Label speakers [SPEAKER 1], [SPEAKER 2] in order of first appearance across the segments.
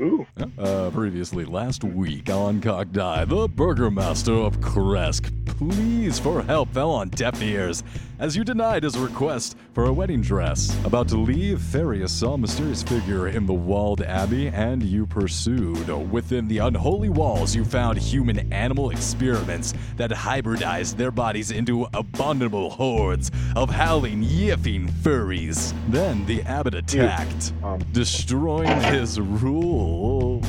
[SPEAKER 1] Ooh.
[SPEAKER 2] Uh, previously last week on Cock Die, the Burgermaster of Kresk, pleas for help fell on deaf ears as you denied his request for a wedding dress. About to leave, Farius saw a mysterious figure in the walled abbey and you pursued. Within the unholy walls, you found human animal experiments that hybridized their bodies into abominable hordes of howling, yiffing furries. Then the abbot attacked
[SPEAKER 1] Um,
[SPEAKER 2] destroying his rule.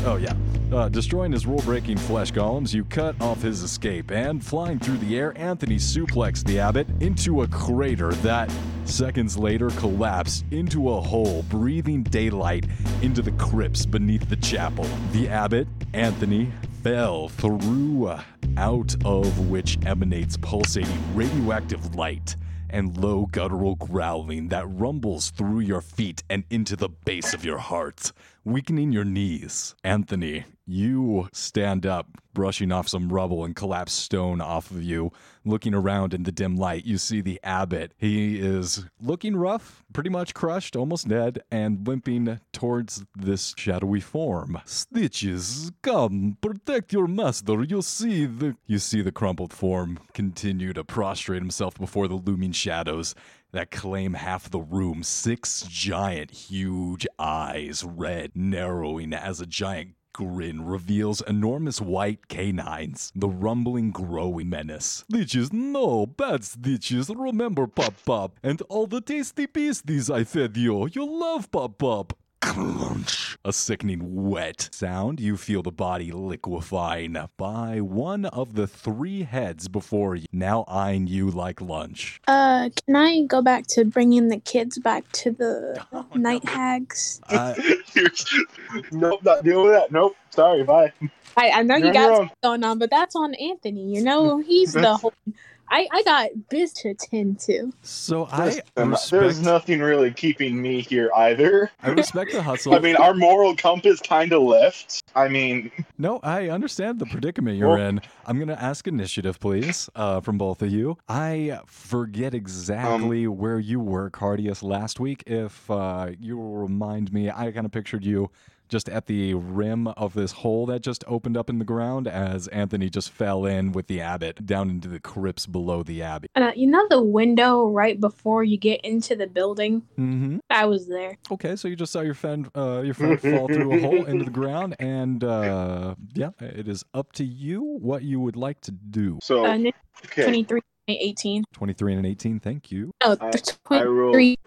[SPEAKER 2] Oh yeah, uh, destroying his rule-breaking flesh golems. You cut off his escape and flying through the air, Anthony suplexed the abbot into a crater that seconds later collapsed into a hole, breathing daylight into the crypts beneath the chapel. The abbot, Anthony, fell through uh, out of which emanates pulsating radioactive light and low guttural growling that rumbles through your feet and into the base of your heart, weakening your knees. Anthony, you stand up, brushing off some rubble and collapsed stone off of you. Looking around in the dim light, you see the abbot. He is looking rough, pretty much crushed, almost dead, and limping towards this shadowy form. Stitches, come, protect your master. You see the you see the crumpled form continue to prostrate himself before the looming shadows that claim half the room. Six giant, huge eyes, red, narrowing as a giant grin reveals enormous white canines, the rumbling, growing menace. Leeches, no, bad stitches, remember Pop Pop, and all the tasty beasties I fed you. You love Pop Pop. Crunch. A sickening wet sound. You feel the body liquefying by one of the three heads before you, now eyeing you like lunch.
[SPEAKER 3] Uh, can I go back to bringing the kids back to the
[SPEAKER 1] Oh,
[SPEAKER 3] night hags?
[SPEAKER 2] I-
[SPEAKER 1] nope, not doing that. Nope. Sorry. Bye.
[SPEAKER 3] I, I know
[SPEAKER 1] You're Mm,
[SPEAKER 3] you got
[SPEAKER 1] wrong.
[SPEAKER 3] something going on, but that's on Anthony. You know, he's the whole. I, I got biz to attend to.
[SPEAKER 2] so
[SPEAKER 1] There's,
[SPEAKER 2] I
[SPEAKER 1] there's
[SPEAKER 2] respect,
[SPEAKER 1] nothing really keeping me here either.
[SPEAKER 2] I respect the hustle.
[SPEAKER 1] I mean, our moral compass kind of left. I mean,
[SPEAKER 2] No, I understand the predicament you're
[SPEAKER 1] Well-
[SPEAKER 2] in. I'm going to ask initiative, please, uh, from both of you. I forget exactly
[SPEAKER 1] Um,
[SPEAKER 2] where you were, Cardius, last week. If uh, you will remind me, I kind of pictured you just at the rim of this hole that just opened up in the ground as Anthony just fell in with the abbot down into the crypts below the abbey.
[SPEAKER 3] And uh, you know the window right before you get into the building?
[SPEAKER 2] Mm-hmm.
[SPEAKER 3] I was there.
[SPEAKER 2] Okay, so you just saw your friend, uh, your friend fall through a hole into the ground, and uh, yeah, it is up to you what you would like to do.
[SPEAKER 1] so
[SPEAKER 3] Uh,
[SPEAKER 1] okay.
[SPEAKER 3] 23, 18.
[SPEAKER 2] 23 and an 18. Thank you.
[SPEAKER 3] Oh,
[SPEAKER 1] I-
[SPEAKER 3] th-
[SPEAKER 1] I rolled.
[SPEAKER 3] 23,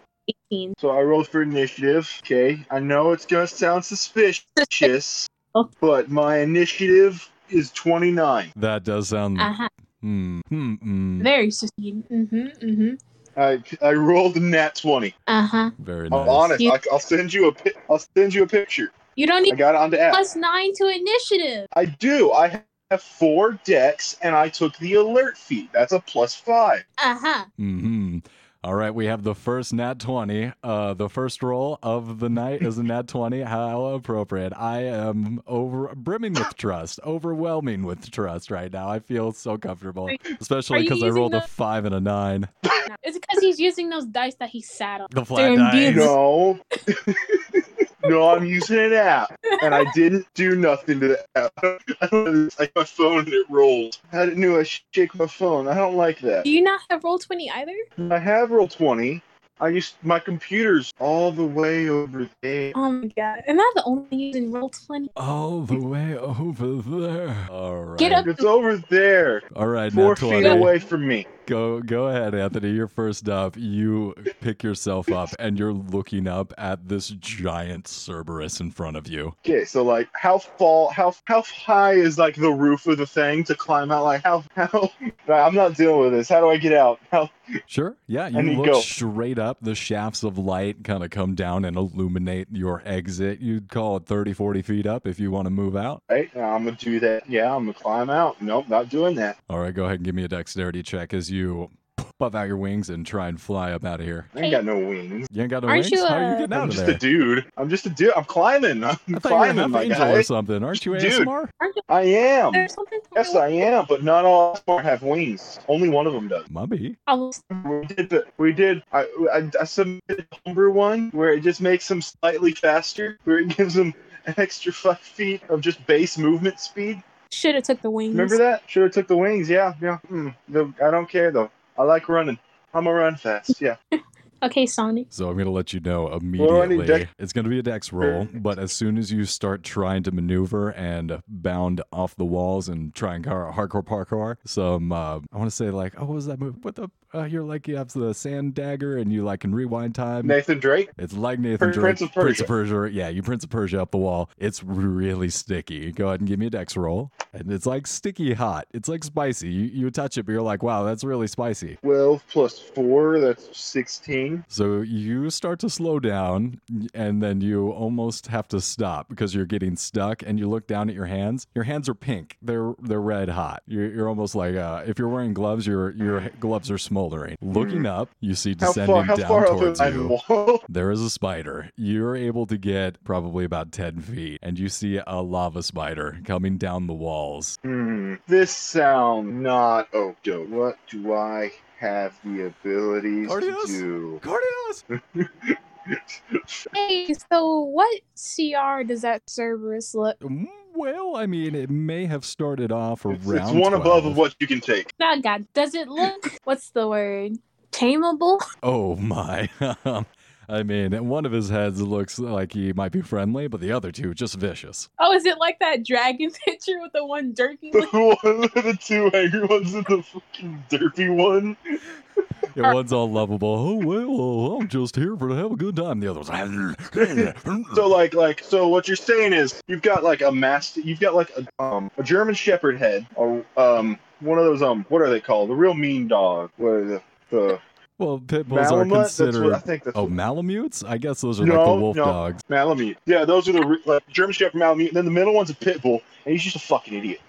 [SPEAKER 3] 18.
[SPEAKER 1] So I rolled for initiative. Okay. I know it's gonna sound suspicious,
[SPEAKER 3] Oh.
[SPEAKER 1] but my initiative is 29.
[SPEAKER 2] That does sound.
[SPEAKER 1] Mm,
[SPEAKER 3] Uh-huh.
[SPEAKER 2] Hmm. Hmm. hmm.
[SPEAKER 3] Very succeed. Mm-hmm, mm-hmm.
[SPEAKER 1] I I rolled a nat 20.
[SPEAKER 3] Uh-huh.
[SPEAKER 2] Very
[SPEAKER 1] I'm
[SPEAKER 2] nice.
[SPEAKER 1] honest.
[SPEAKER 3] You-
[SPEAKER 1] I, I'll send you a pi- I'll send you a picture.
[SPEAKER 3] You don't
[SPEAKER 1] I
[SPEAKER 3] need
[SPEAKER 1] got it onto app.
[SPEAKER 3] plus 9 to initiative.
[SPEAKER 1] I do. I have four decks, and I took the alert feat. That's a plus five.
[SPEAKER 3] Uh-huh.
[SPEAKER 2] Hmm. All right, we have the first nat 20. Uh, the first roll of the night is a nat 20. How appropriate. I am over brimming with trust, overwhelming with trust right now. I feel so comfortable, especially
[SPEAKER 3] are you
[SPEAKER 2] because I
[SPEAKER 3] using
[SPEAKER 2] rolled a
[SPEAKER 3] the-
[SPEAKER 2] 5 and a 9.
[SPEAKER 3] No, It's because he's using those dice that he sat on.
[SPEAKER 2] The flat
[SPEAKER 3] Damn, dude.
[SPEAKER 2] dice.
[SPEAKER 1] No. no, I'm using an app, and I didn't do nothing to the app. I don't know, like my phone and it rolled. I didn't know I should shake my phone. I don't like that.
[SPEAKER 3] Do you not have roll twenty either?
[SPEAKER 1] I have roll twenty. I used my computer's all the way over there.
[SPEAKER 3] Oh my god! Am I the only one using roll twenty?
[SPEAKER 2] All the way over there. All right.
[SPEAKER 3] Get up.
[SPEAKER 1] It's over there,
[SPEAKER 2] All right,
[SPEAKER 1] four
[SPEAKER 2] nat 20.
[SPEAKER 1] feet away from me.
[SPEAKER 2] Go go ahead, Anthony. You're first up. You pick yourself up and you're looking up at this giant Cerberus in front of you.
[SPEAKER 1] Okay, so like how fall how how high is like the roof of the thing to climb out? Like how how I'm not dealing with this. How do I get out? How
[SPEAKER 2] Sure. Yeah, you
[SPEAKER 1] And you
[SPEAKER 2] look
[SPEAKER 1] go.
[SPEAKER 2] straight up. The shafts of light kind of come down and illuminate your exit. You'd call it 30, 40 feet up if you want to move out.
[SPEAKER 1] right? I'm gonna do that. Yeah, I'm gonna climb out. Nope, not doing that.
[SPEAKER 2] All right, go ahead and give me a dexterity check as you puff out your wings and try and fly up out of here.
[SPEAKER 1] I ain't got no wings.
[SPEAKER 2] You ain't got no
[SPEAKER 3] Aren't
[SPEAKER 2] wings?
[SPEAKER 3] you,
[SPEAKER 2] How are you
[SPEAKER 3] uh,
[SPEAKER 2] getting
[SPEAKER 1] I'm
[SPEAKER 2] out of
[SPEAKER 1] just
[SPEAKER 2] there?
[SPEAKER 1] a dude. I'm just a dude. I'm climbing. I'm
[SPEAKER 2] I thought you were
[SPEAKER 1] climbing,
[SPEAKER 2] half
[SPEAKER 1] my
[SPEAKER 2] angel
[SPEAKER 1] guy.
[SPEAKER 2] or something. Aren't you
[SPEAKER 1] Dude.
[SPEAKER 2] ASMR?
[SPEAKER 1] I am.
[SPEAKER 3] There's something. to
[SPEAKER 1] Yes,
[SPEAKER 3] roll-
[SPEAKER 1] I am. But not all smart have wings. Only one of them does.
[SPEAKER 2] Mummy.
[SPEAKER 3] I was-
[SPEAKER 1] We did. The, we did. I, I, I submitted a homebrew one where it just makes them slightly faster. Where it gives them an extra five feet of just base movement speed.
[SPEAKER 3] Should have took the wings.
[SPEAKER 1] Remember that? Should have took the wings. Yeah, yeah. Mm, the, I don't care though. I like running. I'm gonna run fast. Yeah.
[SPEAKER 3] Okay, Sonic.
[SPEAKER 2] So I'm going to let you know
[SPEAKER 1] do I need,
[SPEAKER 2] immediately.
[SPEAKER 1] dex-
[SPEAKER 2] it's going to be a dex roll, but as soon as you start trying to maneuver and bound off the walls and trying car- hardcore parkour, some uh, I want to say like, oh, what was that move? What the? Uh, you're like you have the sand dagger and you like can rewind time.
[SPEAKER 1] Nathan Drake.
[SPEAKER 2] It's like Nathan
[SPEAKER 1] Prince
[SPEAKER 2] Drake,
[SPEAKER 1] of
[SPEAKER 2] Prince of Persia. Yeah, you Prince of Persia up the wall. It's really sticky. Go ahead and give me a dex roll, and it's like sticky hot. It's like spicy. You you touch it, but you're like, wow, that's really spicy.
[SPEAKER 1] Twelve plus four. That's sixteen.
[SPEAKER 2] So you start to slow down and then you almost have to stop because you're getting stuck and you look down at your hands. Your hands are pink. They're they're red hot. You're, you're almost like uh, if you're wearing gloves, your your gloves are smoldering. Looking up, you see
[SPEAKER 1] Hmm. How
[SPEAKER 2] descending
[SPEAKER 1] far? How
[SPEAKER 2] down
[SPEAKER 1] far up
[SPEAKER 2] towards
[SPEAKER 1] am I?
[SPEAKER 2] you.
[SPEAKER 1] Whoa.
[SPEAKER 2] There is a spider. You're able to get probably about 10 feet, and you see a lava spider coming down the walls.
[SPEAKER 1] Hmm. This sound not oh dope. What do I have the abilities
[SPEAKER 2] Cardios?
[SPEAKER 1] to do?
[SPEAKER 2] Cardios!
[SPEAKER 3] Hey, so what CR does that Cerberus look?
[SPEAKER 2] Mm, Well, I mean, it may have started off around.
[SPEAKER 1] It's, it's one above
[SPEAKER 2] 12.
[SPEAKER 1] of what you can take.
[SPEAKER 3] Not oh God. Does it look? What's the word? Tameable?
[SPEAKER 2] Oh my. I mean, one of his heads looks like he might be friendly, but the other two just vicious.
[SPEAKER 3] Oh, is it like that dragon picture with the one jerky?
[SPEAKER 1] The one, the two angry ones, and the fucking derpy one.
[SPEAKER 2] Yeah, one's all lovable. Oh well, I'm just here for to have a good time. The other's
[SPEAKER 1] So like like so what you're saying is you've got like a master you've got like a um a German shepherd head or um one of those um what are they called the real mean dog what are the the
[SPEAKER 2] well, pit bulls are
[SPEAKER 1] Malamute that's what I
[SPEAKER 2] considered.
[SPEAKER 1] think that's
[SPEAKER 2] Oh,
[SPEAKER 1] what-
[SPEAKER 2] Malamutes? I guess those are
[SPEAKER 1] No,
[SPEAKER 2] like the wolf
[SPEAKER 1] no.
[SPEAKER 2] dogs.
[SPEAKER 1] Malamute yeah those are the re- like, German shepherd Malamute and then the middle one's a pit bull and he's just a fucking idiot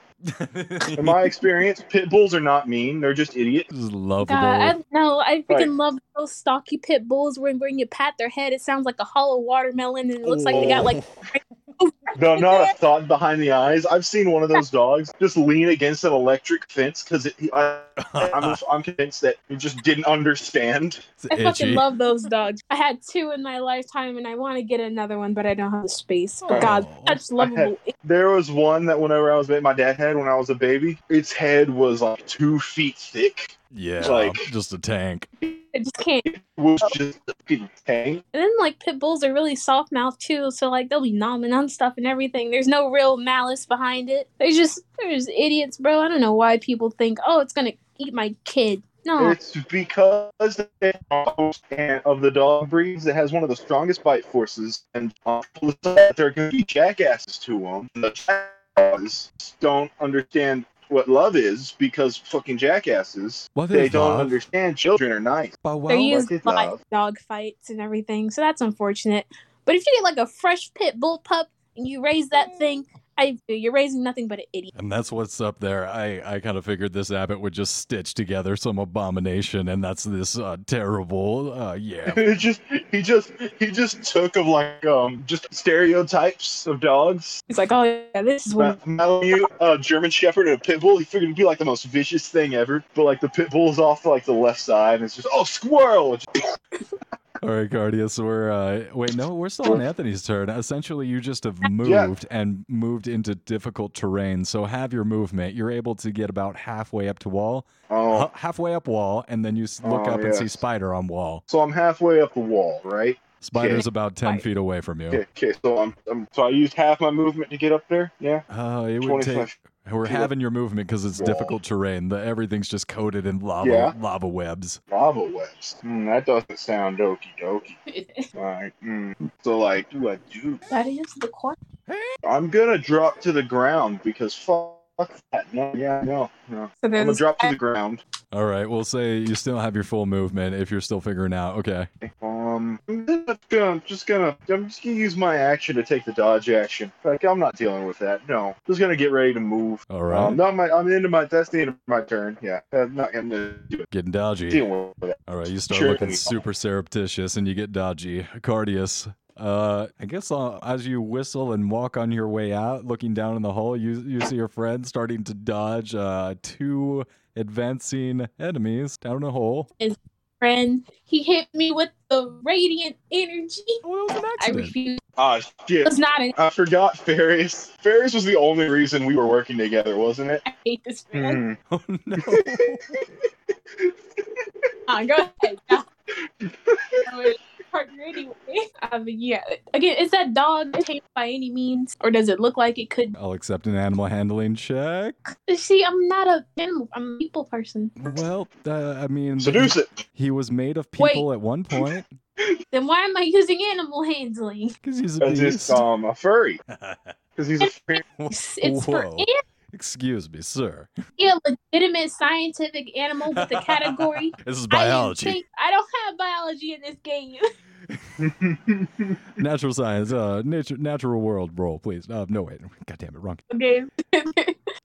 [SPEAKER 1] in my experience pit bulls are not mean they're just idiots
[SPEAKER 2] Just lovable.
[SPEAKER 3] God, I, no, I freaking
[SPEAKER 1] Right.
[SPEAKER 3] love those stocky pit bulls when when you pat their head, it sounds like a hollow watermelon, and it looks like they got like
[SPEAKER 1] no not a thought behind the eyes I've seen one of those dogs just lean against an electric fence because I'm
[SPEAKER 2] Uh-huh.
[SPEAKER 1] I'm convinced that he just didn't understand.
[SPEAKER 2] It's
[SPEAKER 3] I fucking
[SPEAKER 2] itchy.
[SPEAKER 3] love those dogs. I had two in my lifetime, and I want to get another one, but I don't have the space. But God,
[SPEAKER 2] Oh.
[SPEAKER 3] such lovable.
[SPEAKER 1] There was one that whenever I was ba- my dad had when I was a baby, its head was like two feet thick,
[SPEAKER 2] yeah,
[SPEAKER 1] like-
[SPEAKER 2] just a tank.
[SPEAKER 3] I just can't.
[SPEAKER 1] which just fucking tank.
[SPEAKER 3] And then like pit bulls are really soft mouth too, so like they'll be nomming on stuff and everything. There's no real malice behind it. They're just they're just idiots, bro. I don't know why people think, oh, it's gonna eat my kid. No,
[SPEAKER 1] It's because they and of the dog breeds that has one of the strongest bite forces, and um, they're going to be jackasses to them. The jackasses don't understand what love is because fucking jackasses.
[SPEAKER 2] What
[SPEAKER 1] They
[SPEAKER 2] is
[SPEAKER 1] don't
[SPEAKER 2] love?
[SPEAKER 1] understand children are nice.
[SPEAKER 2] Bow wow.
[SPEAKER 3] they're used
[SPEAKER 1] it's
[SPEAKER 3] for like
[SPEAKER 1] love.
[SPEAKER 3] dog fights and everything, so that's unfortunate. But if you get like a fresh pit bull pup and you raise that thing, I you're raising nothing but an idiot.
[SPEAKER 2] And that's what's up there. I, I kind of figured this abbot would just stitch together some abomination, and that's this uh, terrible, uh, yeah.
[SPEAKER 1] It just he just he just took of like um just stereotypes of dogs.
[SPEAKER 3] It's like, oh yeah, this is
[SPEAKER 1] Ma-
[SPEAKER 3] what
[SPEAKER 1] Malamute, a uh, German Shepherd, and a pit bull. He figured it'd be like the most vicious thing ever. But like the pit bull's off to like the left side, and it's just oh squirrel. It's just-
[SPEAKER 2] All right, Guardius, we're uh, wait, no, we're still on Anthony's turn. Essentially, you just have moved
[SPEAKER 1] Yeah.
[SPEAKER 2] and moved into difficult terrain. So have your movement. You're able to get about halfway up to wall,
[SPEAKER 1] Oh,
[SPEAKER 2] h- halfway up wall, and then you s- look
[SPEAKER 1] Oh,
[SPEAKER 2] up and see
[SPEAKER 1] yes.
[SPEAKER 2] spider on wall.
[SPEAKER 1] so I'm halfway up the wall, right?
[SPEAKER 2] Spider's about ten
[SPEAKER 3] Right.
[SPEAKER 2] feet away from you.
[SPEAKER 1] Okay, okay. So I'm, I'm so I used half my movement to get up there. Yeah.
[SPEAKER 2] Uh, it would take.
[SPEAKER 1] 25.
[SPEAKER 2] We're
[SPEAKER 1] feet up
[SPEAKER 2] having your movement because it's
[SPEAKER 1] wall.
[SPEAKER 2] difficult terrain. The, everything's just coated in lava
[SPEAKER 1] Yeah.
[SPEAKER 2] lava webs.
[SPEAKER 1] Lava webs. Hmm, that doesn't sound dokey dokey. All right. Hmm. So like, do I do?
[SPEAKER 3] that is the question.
[SPEAKER 1] I'm gonna drop to the ground because fuck that. No, yeah, no, no.
[SPEAKER 3] So
[SPEAKER 1] I'm gonna
[SPEAKER 3] there's
[SPEAKER 1] drop to the ground.
[SPEAKER 2] All right, we'll say you still have your full movement if you're still figuring out. Okay.
[SPEAKER 1] Um, I'm just gonna, just gonna, I'm just gonna use my action to take the dodge action. Like, I'm not dealing with that. No, just gonna get ready to move.
[SPEAKER 2] All right.
[SPEAKER 1] Um, not my, I'm into my. That's the end of my turn. Yeah, I'm not gonna do it.
[SPEAKER 2] Getting dodgy.
[SPEAKER 1] Deal with that.
[SPEAKER 2] All right, you start
[SPEAKER 1] Sure.
[SPEAKER 2] looking super surreptitious and you get dodgy. Cardius, uh, I guess uh, as you whistle and walk on your way out, looking down in the hole, you you see your friend starting to dodge uh, two advancing enemies down a hole.
[SPEAKER 3] friend. He hit me with the radiant energy.
[SPEAKER 2] Well, Oh, that was an
[SPEAKER 3] I
[SPEAKER 2] accident.
[SPEAKER 3] refuse.
[SPEAKER 1] Ah, shit.
[SPEAKER 3] It's not an.
[SPEAKER 1] I forgot Ferris. Ferris was the only reason we were working together, wasn't it?
[SPEAKER 3] I hate this man.
[SPEAKER 1] Mm.
[SPEAKER 2] Oh no. Mm-hmm.
[SPEAKER 3] Ah, go ahead. No. I would partner anyway. Uh, but yeah. Again, is that dog tamed by any means, or does it look like it could?
[SPEAKER 2] I'll accept an animal handling check.
[SPEAKER 3] See, I'm not a animal. I'm a people person.
[SPEAKER 2] Well, uh, I mean,
[SPEAKER 1] Hmm. Seduce it.
[SPEAKER 2] he was made of
[SPEAKER 3] Wait.
[SPEAKER 2] people at one point
[SPEAKER 3] Then why am I using animal handling?
[SPEAKER 2] because he's a
[SPEAKER 1] Because
[SPEAKER 2] beast.
[SPEAKER 1] it's um, a furry. Because he's a furry.
[SPEAKER 3] It's, it's for
[SPEAKER 2] Whoa.
[SPEAKER 3] an-
[SPEAKER 2] Excuse me, sir.
[SPEAKER 3] a legitimate scientific animal with a category.
[SPEAKER 2] This is
[SPEAKER 3] I didn't
[SPEAKER 2] biology,
[SPEAKER 3] think- I don't have biology in this game.
[SPEAKER 2] natural science, uh, nature, natural world role, please. Uh, no wait, god damn it, wrong.
[SPEAKER 3] Okay.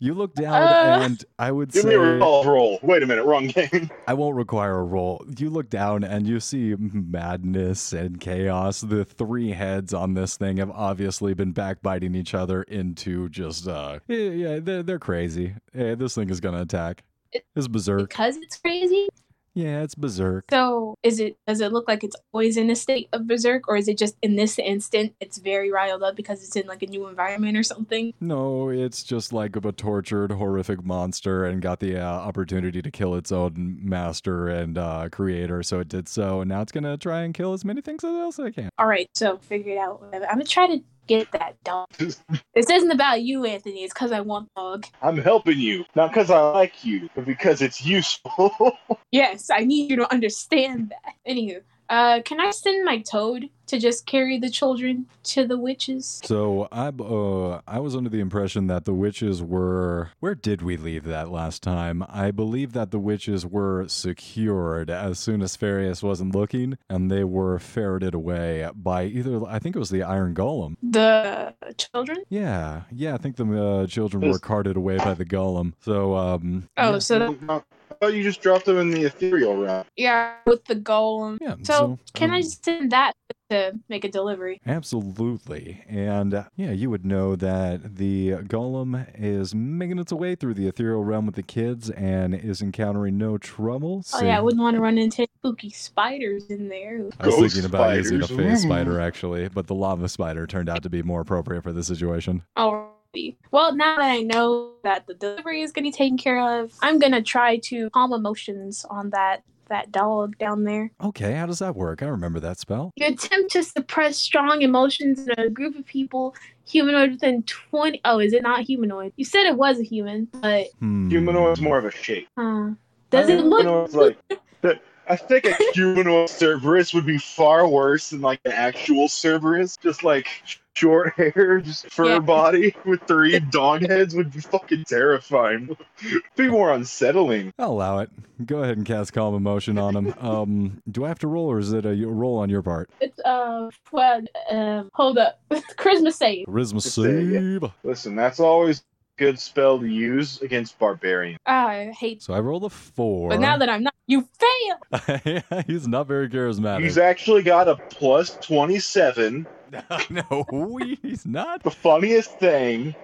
[SPEAKER 2] You look down,
[SPEAKER 3] Uh.
[SPEAKER 2] and I would
[SPEAKER 1] Give me
[SPEAKER 2] say
[SPEAKER 1] a resolve roll. Wait a minute, wrong game.
[SPEAKER 2] I won't require a roll. You look down and you see madness and chaos. The three heads on this thing have obviously been backbiting each other into just uh yeah, yeah they're, they're crazy. Hey, this thing is gonna attack.
[SPEAKER 3] It-
[SPEAKER 2] It's berserk.
[SPEAKER 3] because it's crazy.
[SPEAKER 2] Yeah, it's berserk.
[SPEAKER 3] So is it does it look like it's always in a state of berserk or is it just in this instant it's very riled up because it's in like a new environment or something?
[SPEAKER 2] No, it's just like a tortured, horrific monster and got the uh, opportunity to kill its own master and uh, creator, so it did so. And now it's going to try and kill as many things as else I can.
[SPEAKER 3] All right, so figure it out. I'm gonna try to get that dog. this isn't about you, Anthony. It's because I want dog.
[SPEAKER 1] I'm helping you. Not because I like you, but because it's useful.
[SPEAKER 3] Yes, I need you to understand that. Anywho, uh, can I send my toad to just carry the children to the witches?
[SPEAKER 2] So I, uh, I was under the impression that the witches were. Where did we leave that last time? I believe that the witches were secured as soon as Farius wasn't looking, and they were ferreted away by either. I think it was the Iron Golem.
[SPEAKER 3] The children?
[SPEAKER 2] Yeah, yeah. I think the uh, children were
[SPEAKER 1] Yes.
[SPEAKER 2] carted away by the golem. So, um,
[SPEAKER 3] Oh,
[SPEAKER 2] yeah,
[SPEAKER 3] so the,
[SPEAKER 1] I thought you just dropped them in the ethereal realm.
[SPEAKER 3] yeah, with the golem.
[SPEAKER 2] yeah. um,
[SPEAKER 3] So, can I just send that to make a delivery?
[SPEAKER 2] Absolutely, and uh, yeah, you would know that the golem is making its way through the ethereal realm with the kids and is encountering no trouble.
[SPEAKER 3] Oh
[SPEAKER 2] so-
[SPEAKER 3] yeah, I wouldn't want to run into spooky spiders in there.
[SPEAKER 2] I was
[SPEAKER 1] Ghost
[SPEAKER 2] thinking about using a
[SPEAKER 1] spiders. Mm-hmm.
[SPEAKER 2] face
[SPEAKER 1] Ooh.
[SPEAKER 2] spider actually, but the lava spider turned out to be more appropriate for this situation.
[SPEAKER 3] Alrighty. Well, now that I know that the delivery is gonna be taken care of, I'm gonna try to calm emotions on that that dog down there.
[SPEAKER 2] Okay, how does that work? I remember that spell.
[SPEAKER 3] You attempt to suppress strong emotions in a group of people humanoid within 20 oh is it not humanoid you said it was a human but
[SPEAKER 2] Hmm.
[SPEAKER 1] Humanoid's more of a shape.
[SPEAKER 3] uh, does it look
[SPEAKER 1] Humanoid's like. that- I think a humanoid Cerberus would be far worse than like an actual Cerberus. Just like short hair, just fur
[SPEAKER 3] Yeah.
[SPEAKER 1] body with three dog heads would be fucking terrifying. be more unsettling.
[SPEAKER 2] I'll allow it. Go ahead and cast calm emotion on him. Um, do I have to roll, or is it a roll on your part?
[SPEAKER 3] it's uh well um hold up christmas save
[SPEAKER 2] Charisma
[SPEAKER 1] Just say it,
[SPEAKER 2] save.
[SPEAKER 1] Listen, that's always a good spell to use against barbarians.
[SPEAKER 3] i hate
[SPEAKER 2] So I rolled a four.
[SPEAKER 3] but now that i'm not you fail
[SPEAKER 2] he's not very
[SPEAKER 1] He's
[SPEAKER 2] charismatic.
[SPEAKER 1] actually got a plus 27.
[SPEAKER 2] no, he's not.
[SPEAKER 1] The funniest thing,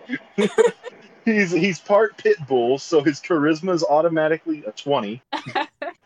[SPEAKER 1] he's he's part pit bull, so his charisma is automatically a 20.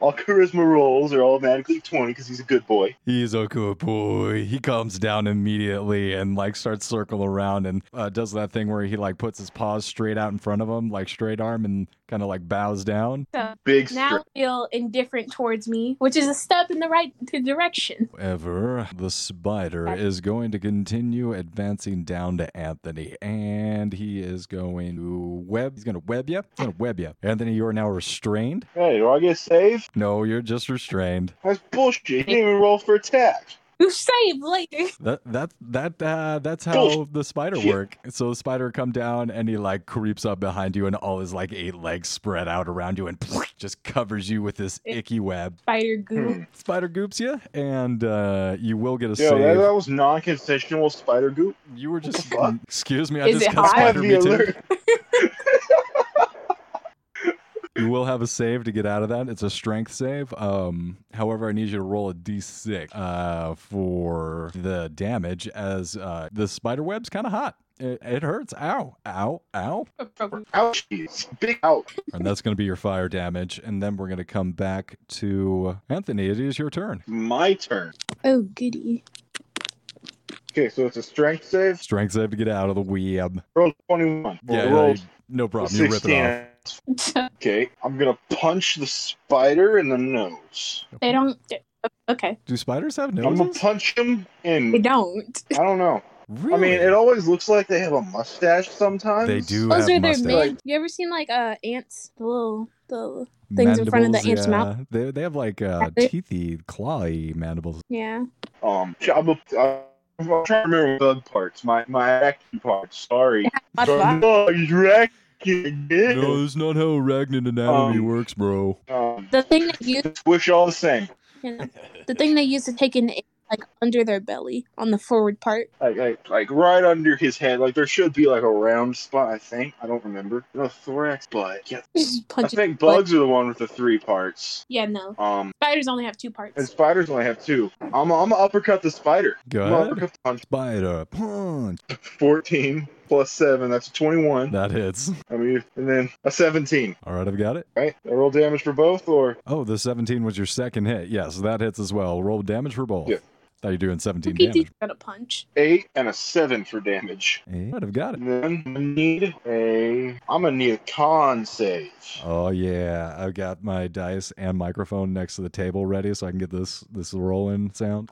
[SPEAKER 1] all charisma rolls are automatically 20 because he's a good boy.
[SPEAKER 2] He's a good boy. He comes down immediately and like starts circling around and uh, does that thing where he like puts his paws straight out in front of him, like straight arm, and kind of like bows down.
[SPEAKER 1] Big
[SPEAKER 3] now
[SPEAKER 1] strength.
[SPEAKER 3] feel indifferent towards me which is a step in the right direction
[SPEAKER 2] However, the spider is going to continue advancing down to Anthony, and he is going to web. He's going to web you. He's going to web you, Anthony. You are now restrained.
[SPEAKER 1] Hey, do I get saved?
[SPEAKER 2] No, you're just restrained.
[SPEAKER 1] That's bullshit. He didn't even roll for attack.
[SPEAKER 3] you save later
[SPEAKER 2] That that that uh, that's how
[SPEAKER 1] Bullshit.
[SPEAKER 2] the spider work. So the spider come down and he like creeps up behind you and all his like eight legs spread out around you and just covers you with this icky web.
[SPEAKER 3] spider goo
[SPEAKER 1] Hmm.
[SPEAKER 2] Spider goops you and uh, you will get a
[SPEAKER 1] Yo, that,
[SPEAKER 2] save.
[SPEAKER 1] that was non-consensual spider goop.
[SPEAKER 2] You were just
[SPEAKER 1] the fuck?
[SPEAKER 2] excuse me. I
[SPEAKER 3] Is
[SPEAKER 2] just
[SPEAKER 3] it
[SPEAKER 2] got
[SPEAKER 3] high?
[SPEAKER 1] I have
[SPEAKER 2] spider
[SPEAKER 1] the
[SPEAKER 2] me
[SPEAKER 1] alert.
[SPEAKER 2] You will have a save to get out of that. It's a strength save. Um, however, I need you to roll a d6 uh, for the damage, as uh, the spider web's kind of hot. It, it hurts. Ow, ow, ow.
[SPEAKER 1] Hmm.
[SPEAKER 3] Appropriate.
[SPEAKER 1] Ouchies. Big out.
[SPEAKER 2] And that's going to be your fire damage. And then we're going to come back to Anthony. It is your turn.
[SPEAKER 1] My turn.
[SPEAKER 3] Oh, goody.
[SPEAKER 1] Okay, so it's a strength save.
[SPEAKER 2] Strength save to get out of the web.
[SPEAKER 1] Roll 21. Or
[SPEAKER 2] Yeah,
[SPEAKER 1] roll
[SPEAKER 2] no problem. You rip
[SPEAKER 1] 16.
[SPEAKER 2] it off.
[SPEAKER 1] Okay, I'm gonna punch the spider in the nose.
[SPEAKER 3] they don't. Okay,
[SPEAKER 2] Do spiders have
[SPEAKER 1] I'm gonna
[SPEAKER 2] noses?
[SPEAKER 1] punch him
[SPEAKER 3] they
[SPEAKER 1] in.
[SPEAKER 3] don't.
[SPEAKER 1] I don't know.
[SPEAKER 2] really?
[SPEAKER 1] I mean, it always looks like they have a mustache sometimes.
[SPEAKER 2] They do
[SPEAKER 3] Those
[SPEAKER 2] have
[SPEAKER 3] are their
[SPEAKER 2] mustache.
[SPEAKER 3] big. You ever seen like uh ants? The little the things in front of the
[SPEAKER 2] Mandibles,
[SPEAKER 3] ant's mouth.
[SPEAKER 2] yeah. They, they have like uh,
[SPEAKER 3] They-
[SPEAKER 2] teethy, clawy mandibles.
[SPEAKER 3] yeah.
[SPEAKER 1] Um, I'm, a, I'm trying to remember the bug parts. My my acting parts. Sorry.
[SPEAKER 3] Hot
[SPEAKER 1] Sorry.
[SPEAKER 3] fly.
[SPEAKER 1] No, he's wrecking it.
[SPEAKER 2] that's not how arachnid
[SPEAKER 1] anatomy Um,
[SPEAKER 2] works, bro.
[SPEAKER 1] Um,
[SPEAKER 3] The thing that you,
[SPEAKER 1] squish all the same.
[SPEAKER 3] you know, the thing they use to take an ant, like under their belly on the forward part.
[SPEAKER 1] Like, like like right under his head. Like there should be like a round spot. I think. I don't remember. No thorax, but yeah.
[SPEAKER 3] Just
[SPEAKER 1] I
[SPEAKER 3] punch it.
[SPEAKER 1] think bugs are the one with the three parts.
[SPEAKER 3] Yeah, no.
[SPEAKER 1] Um,
[SPEAKER 3] Spiders only have two
[SPEAKER 1] and
[SPEAKER 3] parts.
[SPEAKER 1] spiders only have two. I'm I'm gonna uppercut the spider.
[SPEAKER 2] Go
[SPEAKER 1] I'm gonna
[SPEAKER 2] ahead.
[SPEAKER 1] uppercut the punch.
[SPEAKER 2] Spider punch.
[SPEAKER 1] 14 plus 7, that's a 21.
[SPEAKER 2] That hits.
[SPEAKER 1] I mean, and then a 17,
[SPEAKER 2] All right, I've got it.
[SPEAKER 1] right? I roll damage for both, or?
[SPEAKER 2] Oh, the 17 was your second hit. Yes, that hits as well. Roll damage for both.
[SPEAKER 1] Yeah.
[SPEAKER 2] Thought you're doing 17
[SPEAKER 3] PT's
[SPEAKER 2] damage.
[SPEAKER 3] got a punch.
[SPEAKER 1] 8 and a 7 for damage.
[SPEAKER 2] Eh, I'd have got it.
[SPEAKER 1] And then I need a. I'm gonna need a con save.
[SPEAKER 2] Oh yeah, I've got my dice and microphone next to the table ready, so I can get this this rolling sound.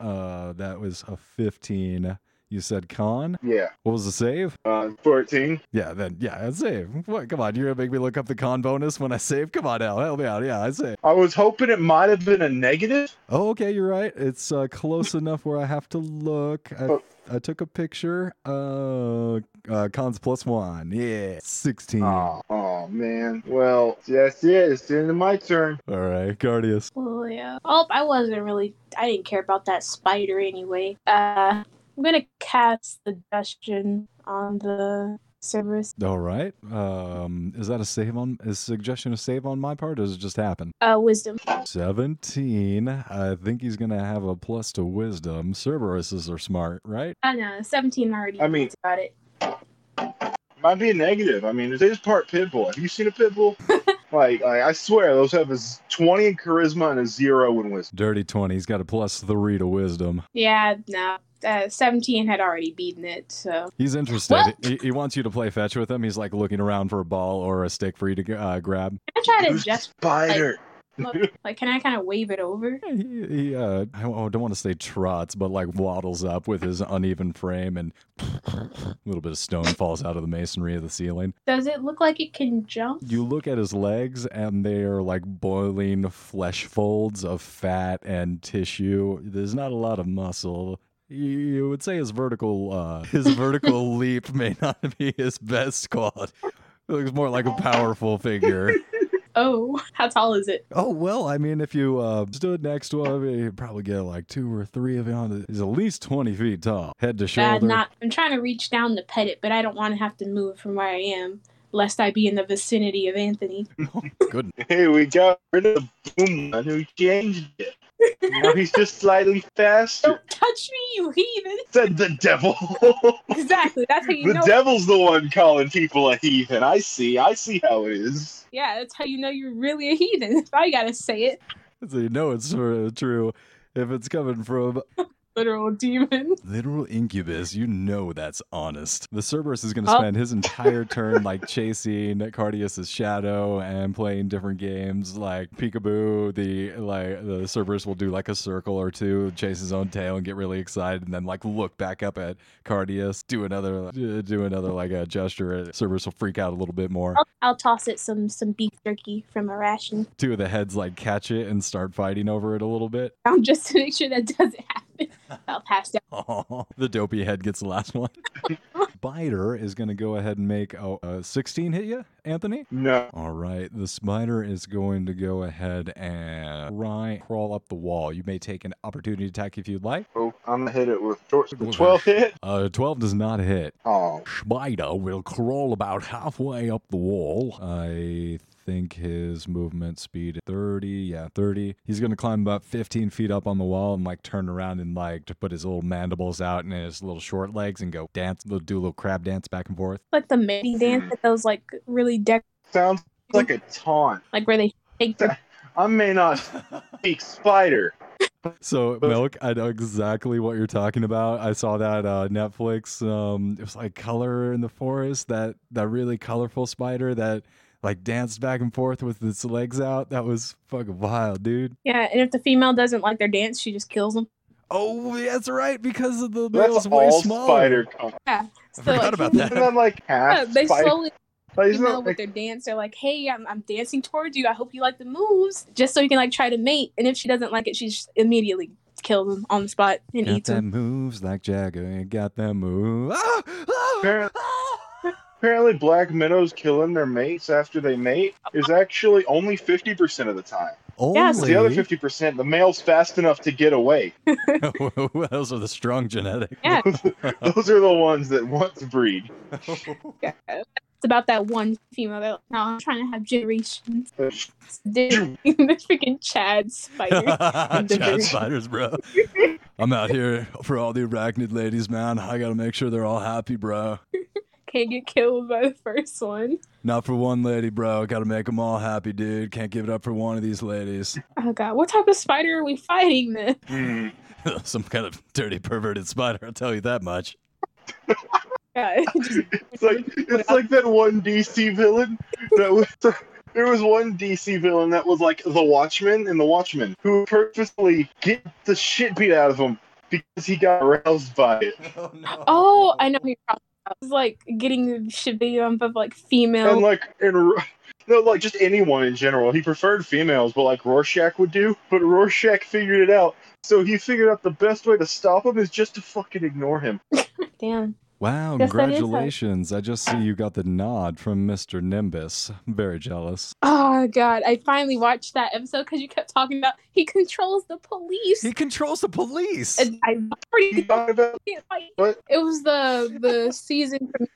[SPEAKER 2] Uh, that was a fifteen. You said con.
[SPEAKER 1] Yeah,
[SPEAKER 2] What was the save?
[SPEAKER 1] uh, 14.
[SPEAKER 2] Yeah, then yeah, I save. What? Come on, you're gonna make me look up the con bonus when I save? Come on, Al, help me out. Yeah, I save.
[SPEAKER 1] I was hoping it might have been a negative.
[SPEAKER 2] Oh, okay, you're right. It's uh, close enough where I have to look. I,
[SPEAKER 1] Oh.
[SPEAKER 2] I took a picture. Uh, uh, cons plus one. Yeah, sixteen.
[SPEAKER 1] Oh, man. Well, that's it. It's the end of my turn.
[SPEAKER 2] All right, Guardius.
[SPEAKER 3] Oh yeah. Oh, I wasn't really. I didn't care about that spider anyway. Uh, I'm gonna cast suggestion on the Cerberus.
[SPEAKER 2] All right. Um, is that a save on? Is suggestion a save on my part, or does it just happen?
[SPEAKER 3] Uh, wisdom.
[SPEAKER 2] Seventeen. I think he's gonna have a plus to wisdom. Cerberuses are smart, right?
[SPEAKER 3] I know. Seventeen already.
[SPEAKER 1] I mean-
[SPEAKER 3] thinks about it.
[SPEAKER 1] Might be a negative. I mean, they just part pit bull. Have you seen a pit bull? like, I I swear, those have a z- 20 in charisma and a 0 in wisdom.
[SPEAKER 2] Dirty twenty. He's got a plus three to wisdom.
[SPEAKER 3] Yeah. No. Uh, Seventeen had already beaten it. So
[SPEAKER 2] He's interested.
[SPEAKER 3] What?
[SPEAKER 2] He, he wants you to play fetch with him. He's like looking around for a ball or a stick for you to g- uh, grab.
[SPEAKER 3] can I try to
[SPEAKER 1] Who's the
[SPEAKER 3] adjust?
[SPEAKER 1] spider?
[SPEAKER 3] Like, can I kind of wave it over?
[SPEAKER 2] He, he uh, I don't I don't want to say trots, but like waddles up with his uneven frame, and a little bit of stone falls out of the masonry of the ceiling.
[SPEAKER 3] Does it look like it can jump?
[SPEAKER 2] You look at his legs, and they are like boiling flesh folds of fat and tissue. There's not a lot of muscle. You- You would say his vertical, uh, his vertical leap may not be his best squat. It looks more like a powerful figure.
[SPEAKER 3] Oh, how tall is it?
[SPEAKER 2] Oh well, I mean, if you uh, stood next to him, you'd probably get like two or three of him. He's at least twenty feet tall, head to
[SPEAKER 3] Uh,
[SPEAKER 2] shoulder.
[SPEAKER 3] not. I'm trying to reach down to pet it, but I don't want to have to move from where I am, lest I be in the vicinity of Anthony.
[SPEAKER 2] Good.
[SPEAKER 1] Hey, we got rid of the boom one who changed it. Now he's just slightly faster.
[SPEAKER 3] Don't touch me, you heathen!
[SPEAKER 1] Said the devil.
[SPEAKER 3] Exactly. That's how you
[SPEAKER 1] the
[SPEAKER 3] know.
[SPEAKER 1] devil's the one calling people a heathen. I see. I see how it is.
[SPEAKER 3] yeah, that's how you know you're really a heathen. If I gotta say it,
[SPEAKER 2] So you know it's sort of true. If it's coming from
[SPEAKER 3] literal demon.
[SPEAKER 2] literal incubus, you know that's honest. The Cerberus is going to
[SPEAKER 3] Oh.
[SPEAKER 2] spend his entire turn like chasing Cardius's shadow and playing different games like peekaboo. The like the Cerberus will do like a circle or two, chase his own tail, and get really excited, and then like look back up at Cardius, do another do another like a gesture. Cerberus will freak out a little bit more.
[SPEAKER 3] I'll, I'll toss it some some beef jerky from a ration,
[SPEAKER 2] Two of the heads like catch it and start fighting over it a little bit.
[SPEAKER 3] um, just to make sure that doesn't happen. I'll pass down.
[SPEAKER 2] Oh, the dopey head gets the last one. Spider is going to go ahead and make a, a 16 hit you, Anthony.
[SPEAKER 1] No.
[SPEAKER 2] All right, the spider is going to go ahead and try crawl up the wall. You may take an opportunity attack if you'd like.
[SPEAKER 1] Oh, I'm gonna hit it with torch. The
[SPEAKER 2] Okay.
[SPEAKER 1] 12 hit.
[SPEAKER 2] Uh, 12 does not hit.
[SPEAKER 1] Oh,
[SPEAKER 2] Spider will crawl about halfway up the wall. I think his movement speed is 30. Yeah, 30. He's going to climb about 15 feet up on the wall and like turn around and like to put his little mandibles out and his little short legs and go dance, do a little crab dance back and forth.
[SPEAKER 3] Like the mating dance that those like really deck,
[SPEAKER 1] Sounds like a taunt.
[SPEAKER 3] like where they take their
[SPEAKER 1] I may not speak spider.
[SPEAKER 2] So milk, I know exactly what you're talking about. I saw that uh, Netflix. Um, it was like Color in the Forest, that that really colorful spider that like danced back and forth with its legs out. That was fucking wild, dude.
[SPEAKER 3] yeah. And if the female doesn't like their dance, she just kills them.
[SPEAKER 2] Oh, that's right, because of the
[SPEAKER 1] That's
[SPEAKER 2] male's way
[SPEAKER 1] all
[SPEAKER 2] smaller.
[SPEAKER 1] spider. Con-
[SPEAKER 2] I
[SPEAKER 3] So,
[SPEAKER 2] forgot
[SPEAKER 3] like,
[SPEAKER 2] about
[SPEAKER 1] Isn't
[SPEAKER 2] that.
[SPEAKER 1] that like half
[SPEAKER 3] yeah, they
[SPEAKER 1] spider?
[SPEAKER 3] slowly
[SPEAKER 1] Like,
[SPEAKER 3] you
[SPEAKER 1] isn't
[SPEAKER 3] know,
[SPEAKER 1] that
[SPEAKER 3] with
[SPEAKER 1] like,
[SPEAKER 3] their dance, they're like, "Hey, I'm, I'm dancing towards you. I hope you like the moves," just so you can like try to mate. And if she doesn't like it, she just immediately kills him on the spot and
[SPEAKER 2] Got
[SPEAKER 3] eats him.
[SPEAKER 2] them moves like Jagger. and Got them moves. Ah, ah,
[SPEAKER 1] Apparent-
[SPEAKER 2] ah.
[SPEAKER 1] apparently black minnows killing their mates after they mate is actually only 50% of the time.
[SPEAKER 3] Yes.
[SPEAKER 2] Only
[SPEAKER 1] The other 50%, the male's fast enough to get away.
[SPEAKER 2] Oh, those are the strong genetics.
[SPEAKER 3] Yeah.
[SPEAKER 1] Those are the ones that want to breed.
[SPEAKER 3] Yeah. It's about that one female that like, no, I'm trying to have generations. Dude, the freaking Chad spider.
[SPEAKER 2] Chad spiders, bro. I'm out here for all the arachnid ladies, man. I gotta make sure they're all happy, bro.
[SPEAKER 3] Can't get killed by the first one.
[SPEAKER 2] Not for one lady, bro. Gotta make them all happy, dude. Can't give it up for one of these ladies.
[SPEAKER 3] Oh god, what type of spider are we fighting then?
[SPEAKER 1] Hmm.
[SPEAKER 2] Some kind of dirty, perverted spider, I'll tell you that much.
[SPEAKER 3] God, just-
[SPEAKER 1] It's like it's like that one DC villain that was. There was one DC villain that was like the Watchman and the Watchman, who purposely get the shit beat out of him because he got aroused by it.
[SPEAKER 2] Oh, no.
[SPEAKER 3] oh, I know who you're talking about. It's like getting the shit beat up of like female.
[SPEAKER 1] And like in no, like just anyone in general. He preferred females, but like Rorschach would do. But Rorschach figured it out, so he figured out the best way to stop him is just to fucking ignore him.
[SPEAKER 3] Damn.
[SPEAKER 2] Wow,
[SPEAKER 3] Yes, that is us.
[SPEAKER 2] congratulations. I just see you got the nod from Mr. Nimbus. I'm very jealous.
[SPEAKER 3] Oh god, I finally watched that episode because you kept talking about he controls the police.
[SPEAKER 2] He controls the police.
[SPEAKER 3] And I already
[SPEAKER 1] You talking about
[SPEAKER 3] can't fight.
[SPEAKER 1] What?
[SPEAKER 3] It was the the season from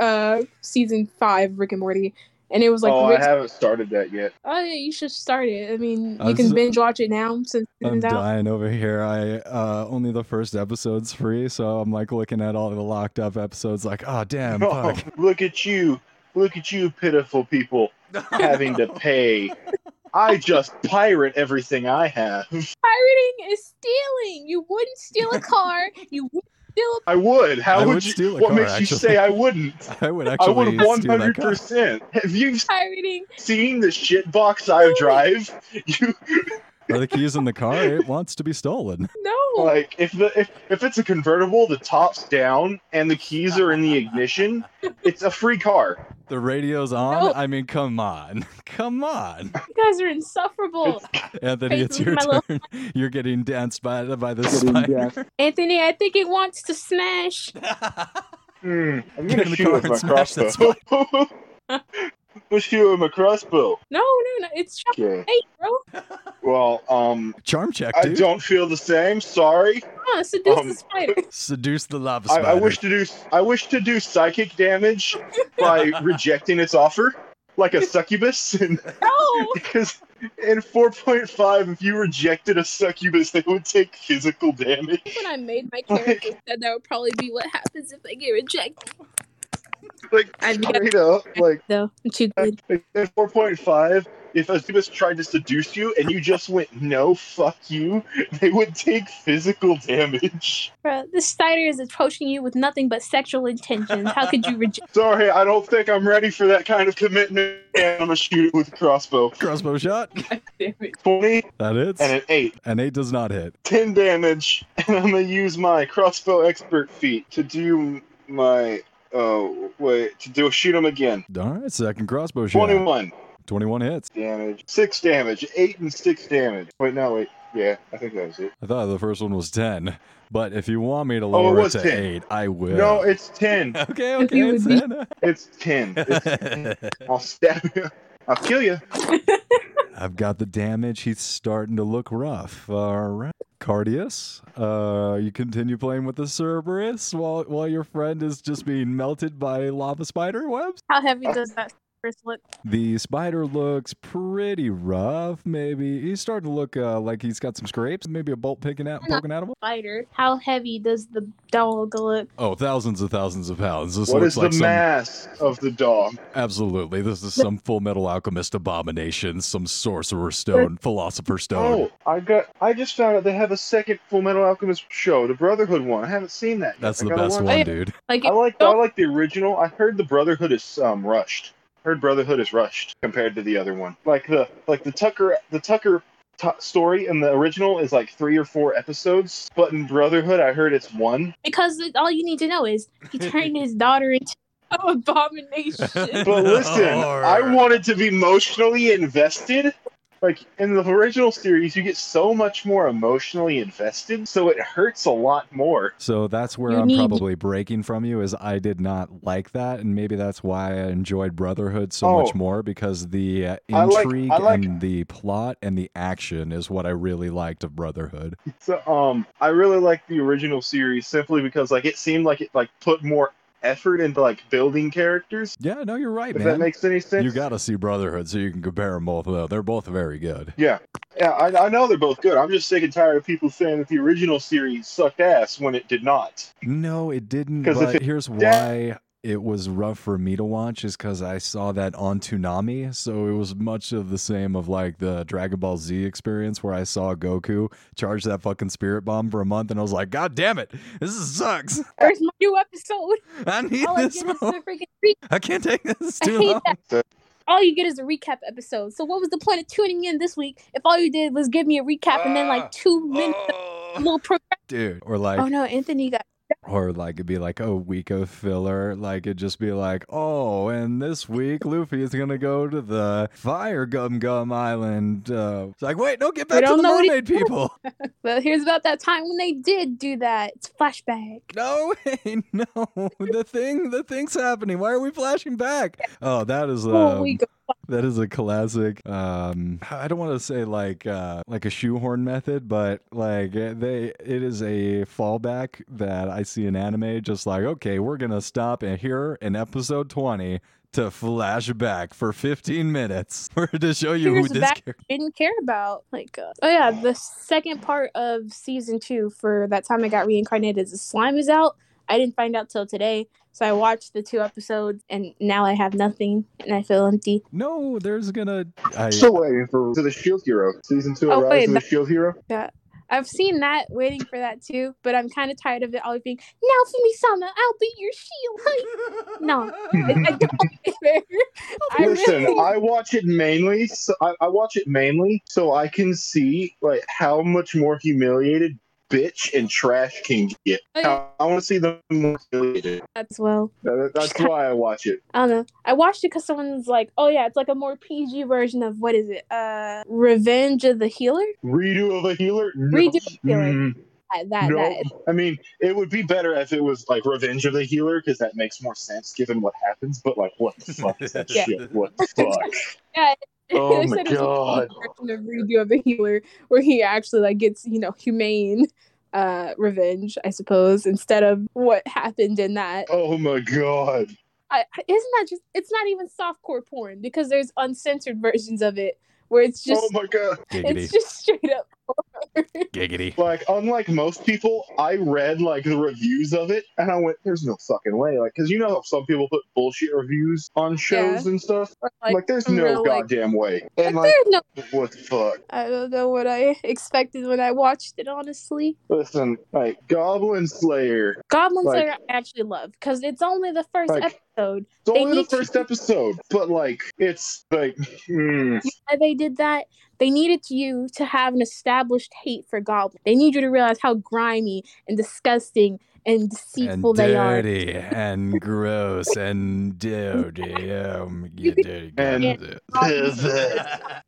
[SPEAKER 3] uh season five Rick and Morty, and it was like
[SPEAKER 1] oh,
[SPEAKER 3] Rick.
[SPEAKER 1] I haven't started that yet.
[SPEAKER 3] oh, yeah, you should start it. I mean,
[SPEAKER 2] I
[SPEAKER 3] you can
[SPEAKER 2] was-
[SPEAKER 3] binge watch it now since
[SPEAKER 2] I'm
[SPEAKER 3] it's out.
[SPEAKER 2] dying over here. I uh, only the first episode's free, so I'm like looking at all the locked up episodes, like, oh damn,
[SPEAKER 1] Oh,
[SPEAKER 2] fuck.
[SPEAKER 1] look at you, look at you, pitiful people. having to pay. I just pirate everything I have.
[SPEAKER 3] Pirating is stealing. You wouldn't steal a car. you would steal.
[SPEAKER 1] I would. How
[SPEAKER 2] I
[SPEAKER 1] would,
[SPEAKER 2] would
[SPEAKER 1] you?
[SPEAKER 2] steal a
[SPEAKER 1] what
[SPEAKER 2] car,
[SPEAKER 1] makes
[SPEAKER 2] actually.
[SPEAKER 1] you say I wouldn't?
[SPEAKER 2] I would
[SPEAKER 1] I
[SPEAKER 2] actually
[SPEAKER 1] would
[SPEAKER 2] steal
[SPEAKER 1] one
[SPEAKER 2] that
[SPEAKER 1] hundred
[SPEAKER 2] car.
[SPEAKER 1] percent. Have you
[SPEAKER 3] A- pirating.
[SPEAKER 1] seen the shit box I drive? You
[SPEAKER 2] Are the keys in the car? It wants to be stolen.
[SPEAKER 3] No.
[SPEAKER 1] like if the if, if it's a convertible, the top's down and the keys are in the ignition. It's a free car.
[SPEAKER 2] The radio's on.
[SPEAKER 3] No.
[SPEAKER 2] I mean, come on, come on,
[SPEAKER 3] you guys are insufferable.
[SPEAKER 2] Anthony. It's
[SPEAKER 3] Crazy,
[SPEAKER 2] your
[SPEAKER 3] my love.
[SPEAKER 2] turn. You're getting danced by by the spider.
[SPEAKER 3] Anthony, I think it wants to smash.
[SPEAKER 1] Hmm.
[SPEAKER 2] Get
[SPEAKER 1] I'm
[SPEAKER 2] in
[SPEAKER 1] gonna
[SPEAKER 2] the
[SPEAKER 1] shoot
[SPEAKER 2] car
[SPEAKER 1] with
[SPEAKER 2] and
[SPEAKER 1] my
[SPEAKER 2] smash that
[SPEAKER 1] crossbow. Let's shoot with my crossbow.
[SPEAKER 3] No, no, no. It's shot.
[SPEAKER 1] Okay.
[SPEAKER 3] Hey, bro.
[SPEAKER 1] Well, um,
[SPEAKER 2] Charm check,
[SPEAKER 1] I
[SPEAKER 2] dude.
[SPEAKER 1] don't feel the same. Sorry.
[SPEAKER 3] Come on, seduce
[SPEAKER 1] Um,
[SPEAKER 3] the spider.
[SPEAKER 2] Seduce the lava
[SPEAKER 1] I,
[SPEAKER 2] spider.
[SPEAKER 1] I wish to do I wish to do psychic damage by rejecting its offer, like a succubus. And,
[SPEAKER 3] No.
[SPEAKER 1] because in 4.5, if you rejected a succubus, they would take physical damage.
[SPEAKER 3] When I made my character, said that would probably be what happens if I get rejected.
[SPEAKER 1] Like
[SPEAKER 3] I'd be
[SPEAKER 1] straight up, like
[SPEAKER 3] though. I'm too good.
[SPEAKER 1] in 4.5, if a succubus tried to seduce you and you just went no, fuck you, they would take physical damage.
[SPEAKER 3] Bro, this spider is approaching you with nothing but sexual intentions. How could you reject?
[SPEAKER 1] Sorry, I don't think I'm ready for that kind of commitment. And I'm gonna shoot it with a crossbow.
[SPEAKER 2] crossbow shot.
[SPEAKER 3] it?
[SPEAKER 1] 20
[SPEAKER 2] That hits.
[SPEAKER 1] and an 8.
[SPEAKER 2] An eight does not hit.
[SPEAKER 1] 10 damage, and I'm gonna use my crossbow expert feat to do my. Oh, wait, to do shoot him again.
[SPEAKER 2] All right, second crossbow shot.
[SPEAKER 1] 21
[SPEAKER 2] 21 hits.
[SPEAKER 1] damage, 6 damage, 8 and 6 damage. Wait, no, wait. Yeah, I think that was it.
[SPEAKER 2] I thought the first one was 10, but if you want me to lower it,
[SPEAKER 1] Oh, was
[SPEAKER 2] to
[SPEAKER 1] 10.
[SPEAKER 2] 8, I will.
[SPEAKER 1] No, it's 10.
[SPEAKER 2] okay,
[SPEAKER 3] If
[SPEAKER 2] okay,
[SPEAKER 3] you
[SPEAKER 2] it's
[SPEAKER 3] would be-
[SPEAKER 2] 10.
[SPEAKER 1] It's 10. It's, I'll stab you. I'll kill you.
[SPEAKER 2] I've got the damage. He's starting to look rough. All right. Cardius, uh, you continue playing with the Cerberus while while your friend is just being melted by lava spider webs.
[SPEAKER 3] How heavy does that first look.
[SPEAKER 2] The spider looks pretty rough. Maybe he's starting to look uh, like he's got some scrapes. Maybe a bolt picking out, poking out of him.
[SPEAKER 3] Spider. How heavy does the dog look?
[SPEAKER 2] Oh, thousands of thousands of pounds. This
[SPEAKER 1] what
[SPEAKER 2] looks
[SPEAKER 1] is
[SPEAKER 2] like
[SPEAKER 1] the
[SPEAKER 2] some
[SPEAKER 1] mass of the dog?
[SPEAKER 2] absolutely. This is some Full Metal Alchemist abomination, some Sorcerer Stone, Philosopher Stone.
[SPEAKER 1] Oh, I got. I just found out they have a second Full Metal Alchemist show, the Brotherhood one. I haven't seen that. Yet.
[SPEAKER 2] That's
[SPEAKER 1] I
[SPEAKER 2] the
[SPEAKER 1] gotta
[SPEAKER 2] best
[SPEAKER 1] watch
[SPEAKER 2] one,
[SPEAKER 1] it.
[SPEAKER 2] dude.
[SPEAKER 3] Like,
[SPEAKER 1] I
[SPEAKER 3] it,
[SPEAKER 1] like. I like the original. I heard the Brotherhood is um rushed. Heard Brotherhood is rushed compared to the other one. Like the like the Tucker the Tucker t- story in the original is like three or four episodes, but in Brotherhood I heard it's one.
[SPEAKER 3] because it- all you need to know is he turned his daughter into an abomination.
[SPEAKER 1] But listen, I wanted to be emotionally invested. Like in the original series, you get so much more emotionally invested, so it hurts a lot more.
[SPEAKER 2] So that's where
[SPEAKER 3] You
[SPEAKER 2] I'm
[SPEAKER 3] need-
[SPEAKER 2] probably breaking from you is I did not like that, and maybe that's why I enjoyed Brotherhood so much
[SPEAKER 1] Oh.
[SPEAKER 2] more because the uh,
[SPEAKER 1] I like- I
[SPEAKER 2] intrigue
[SPEAKER 1] like-
[SPEAKER 2] and the plot and the action is what I really liked of Brotherhood.
[SPEAKER 1] So um I really like the original series simply because like it seemed like it like put more effort into like building characters.
[SPEAKER 2] Yeah, no, you're right,
[SPEAKER 1] If that
[SPEAKER 2] man.
[SPEAKER 1] makes any sense.
[SPEAKER 2] you got to see Brotherhood so you can compare them both. Though they're both very good.
[SPEAKER 1] Yeah. Yeah, I, I know they're both good. I'm just sick and tired of people saying that the original series sucked ass when it did not.
[SPEAKER 2] No, it didn't.
[SPEAKER 1] 'Cause if
[SPEAKER 2] But
[SPEAKER 1] it-
[SPEAKER 2] here's
[SPEAKER 1] Yeah.
[SPEAKER 2] why it was rough for me to watch is because I saw that on Toonami, so it was much of the same of like the Dragon Ball Z experience where I saw Goku charge that fucking spirit bomb for a month, and I was like, God damn it, this is- sucks.
[SPEAKER 3] Where's my new episode?
[SPEAKER 2] I need
[SPEAKER 3] All Oh, I
[SPEAKER 2] this.
[SPEAKER 3] get is
[SPEAKER 2] more.
[SPEAKER 3] the freaking re-
[SPEAKER 2] I can't take this it's
[SPEAKER 3] I
[SPEAKER 2] too
[SPEAKER 3] hate
[SPEAKER 2] long.
[SPEAKER 3] all you get is a recap episode. So what was the point of tuning in this week if all you did was give me a recap and then
[SPEAKER 2] Ah.
[SPEAKER 3] like two minutes
[SPEAKER 2] Oh,
[SPEAKER 3] of little pro-
[SPEAKER 2] dude, or like,
[SPEAKER 3] Oh no, Anthony got
[SPEAKER 2] or like it'd be like a week of filler like it'd just be like oh and this week luffy is gonna go to the fire gum gum island uh it's like wait no get
[SPEAKER 3] We
[SPEAKER 2] back to
[SPEAKER 3] don't
[SPEAKER 2] the
[SPEAKER 3] know what he-
[SPEAKER 2] mermaid people
[SPEAKER 3] well here's about that time when they did do that. It's flashback.
[SPEAKER 2] no hey, no the thing the thing's happening why are we flashing back oh that is
[SPEAKER 3] oh,
[SPEAKER 2] um,
[SPEAKER 3] we go.
[SPEAKER 2] that is a classic um i don't want to say like uh like a shoehorn method but like eh, they it is a fallback that i see in anime just like okay we're gonna stop and here in episode 20 to flash back for 15 minutes for to show you
[SPEAKER 3] Here's
[SPEAKER 2] who this
[SPEAKER 3] back-
[SPEAKER 2] character
[SPEAKER 3] didn't care about. Like uh, oh yeah, the second part of season two for that time I got reincarnated as a slime is out. I didn't find out till today. So I watched the two episodes and now I have nothing and I feel empty.
[SPEAKER 2] no there's gonna i
[SPEAKER 1] Still waiting for to the Shield E Hero season two.
[SPEAKER 3] Oh,
[SPEAKER 1] of Rise
[SPEAKER 3] wait,
[SPEAKER 1] of the
[SPEAKER 3] that-
[SPEAKER 1] Shield E Hero.
[SPEAKER 3] I've seen that, waiting for that too, but I'm kind of tired of it always being, now for me, Sama, I'll be your shield. No. I don't. I
[SPEAKER 1] Listen,
[SPEAKER 3] really-
[SPEAKER 1] I watch it mainly. So I, I watch it mainly so I can see like how much more humiliated bitch and trash can get.
[SPEAKER 3] I-
[SPEAKER 1] I, want to see them more humiliated.
[SPEAKER 3] as well.
[SPEAKER 1] That- that's why I watch it.
[SPEAKER 3] I don't know. I watched it because someone's like, "Oh yeah, it's like a more PG version of what is it? Uh, Revenge of the Healer."
[SPEAKER 1] Redo of a healer. No.
[SPEAKER 3] Redo of the Healer.
[SPEAKER 1] Mm,
[SPEAKER 3] That that,
[SPEAKER 1] no.
[SPEAKER 3] that.
[SPEAKER 1] I mean, it would be better if it was like Revenge of the Healer because that makes more sense given what happens. But like, what the fuck is that
[SPEAKER 2] Yeah.
[SPEAKER 1] shit? What the fuck?
[SPEAKER 3] Yeah.
[SPEAKER 1] Oh
[SPEAKER 3] they
[SPEAKER 1] my
[SPEAKER 3] said it was a
[SPEAKER 1] God.
[SPEAKER 3] PG version of Redo of the Healer, where he actually like gets you know humane uh revenge, I suppose, instead of what happened in that.
[SPEAKER 1] Oh my god.
[SPEAKER 3] I, I- isn't that just? It's not even softcore porn because there's uncensored versions of it where it's just
[SPEAKER 1] oh my god.
[SPEAKER 2] giggity
[SPEAKER 3] it's just straight up.
[SPEAKER 2] giggity
[SPEAKER 1] Like, unlike most people, I read like the reviews of it, and I went, "There's no fucking way!" Like, because you know how some people put bullshit reviews on shows and stuff. Like,
[SPEAKER 3] Like,
[SPEAKER 1] there's
[SPEAKER 3] some
[SPEAKER 1] no
[SPEAKER 3] real, like-
[SPEAKER 1] goddamn way. And like,
[SPEAKER 3] there's no
[SPEAKER 1] what the fuck?
[SPEAKER 3] I don't know what I expected when I watched it, honestly.
[SPEAKER 1] Listen, like Goblin Slayer.
[SPEAKER 3] Goblin
[SPEAKER 1] Like-
[SPEAKER 3] Slayer, I actually love because it's only the first
[SPEAKER 1] Like-
[SPEAKER 3] episode.
[SPEAKER 1] It's
[SPEAKER 3] They
[SPEAKER 1] only the
[SPEAKER 3] need to-
[SPEAKER 1] first episode, but like, it's like, mm,
[SPEAKER 3] Why they did that? They needed you to have an established hate for Goblin. They need you to realize how grimy and disgusting and
[SPEAKER 2] and
[SPEAKER 3] deceitful they are.
[SPEAKER 2] dirty and gross and dirty um, you dirty
[SPEAKER 1] And-
[SPEAKER 2] goblin.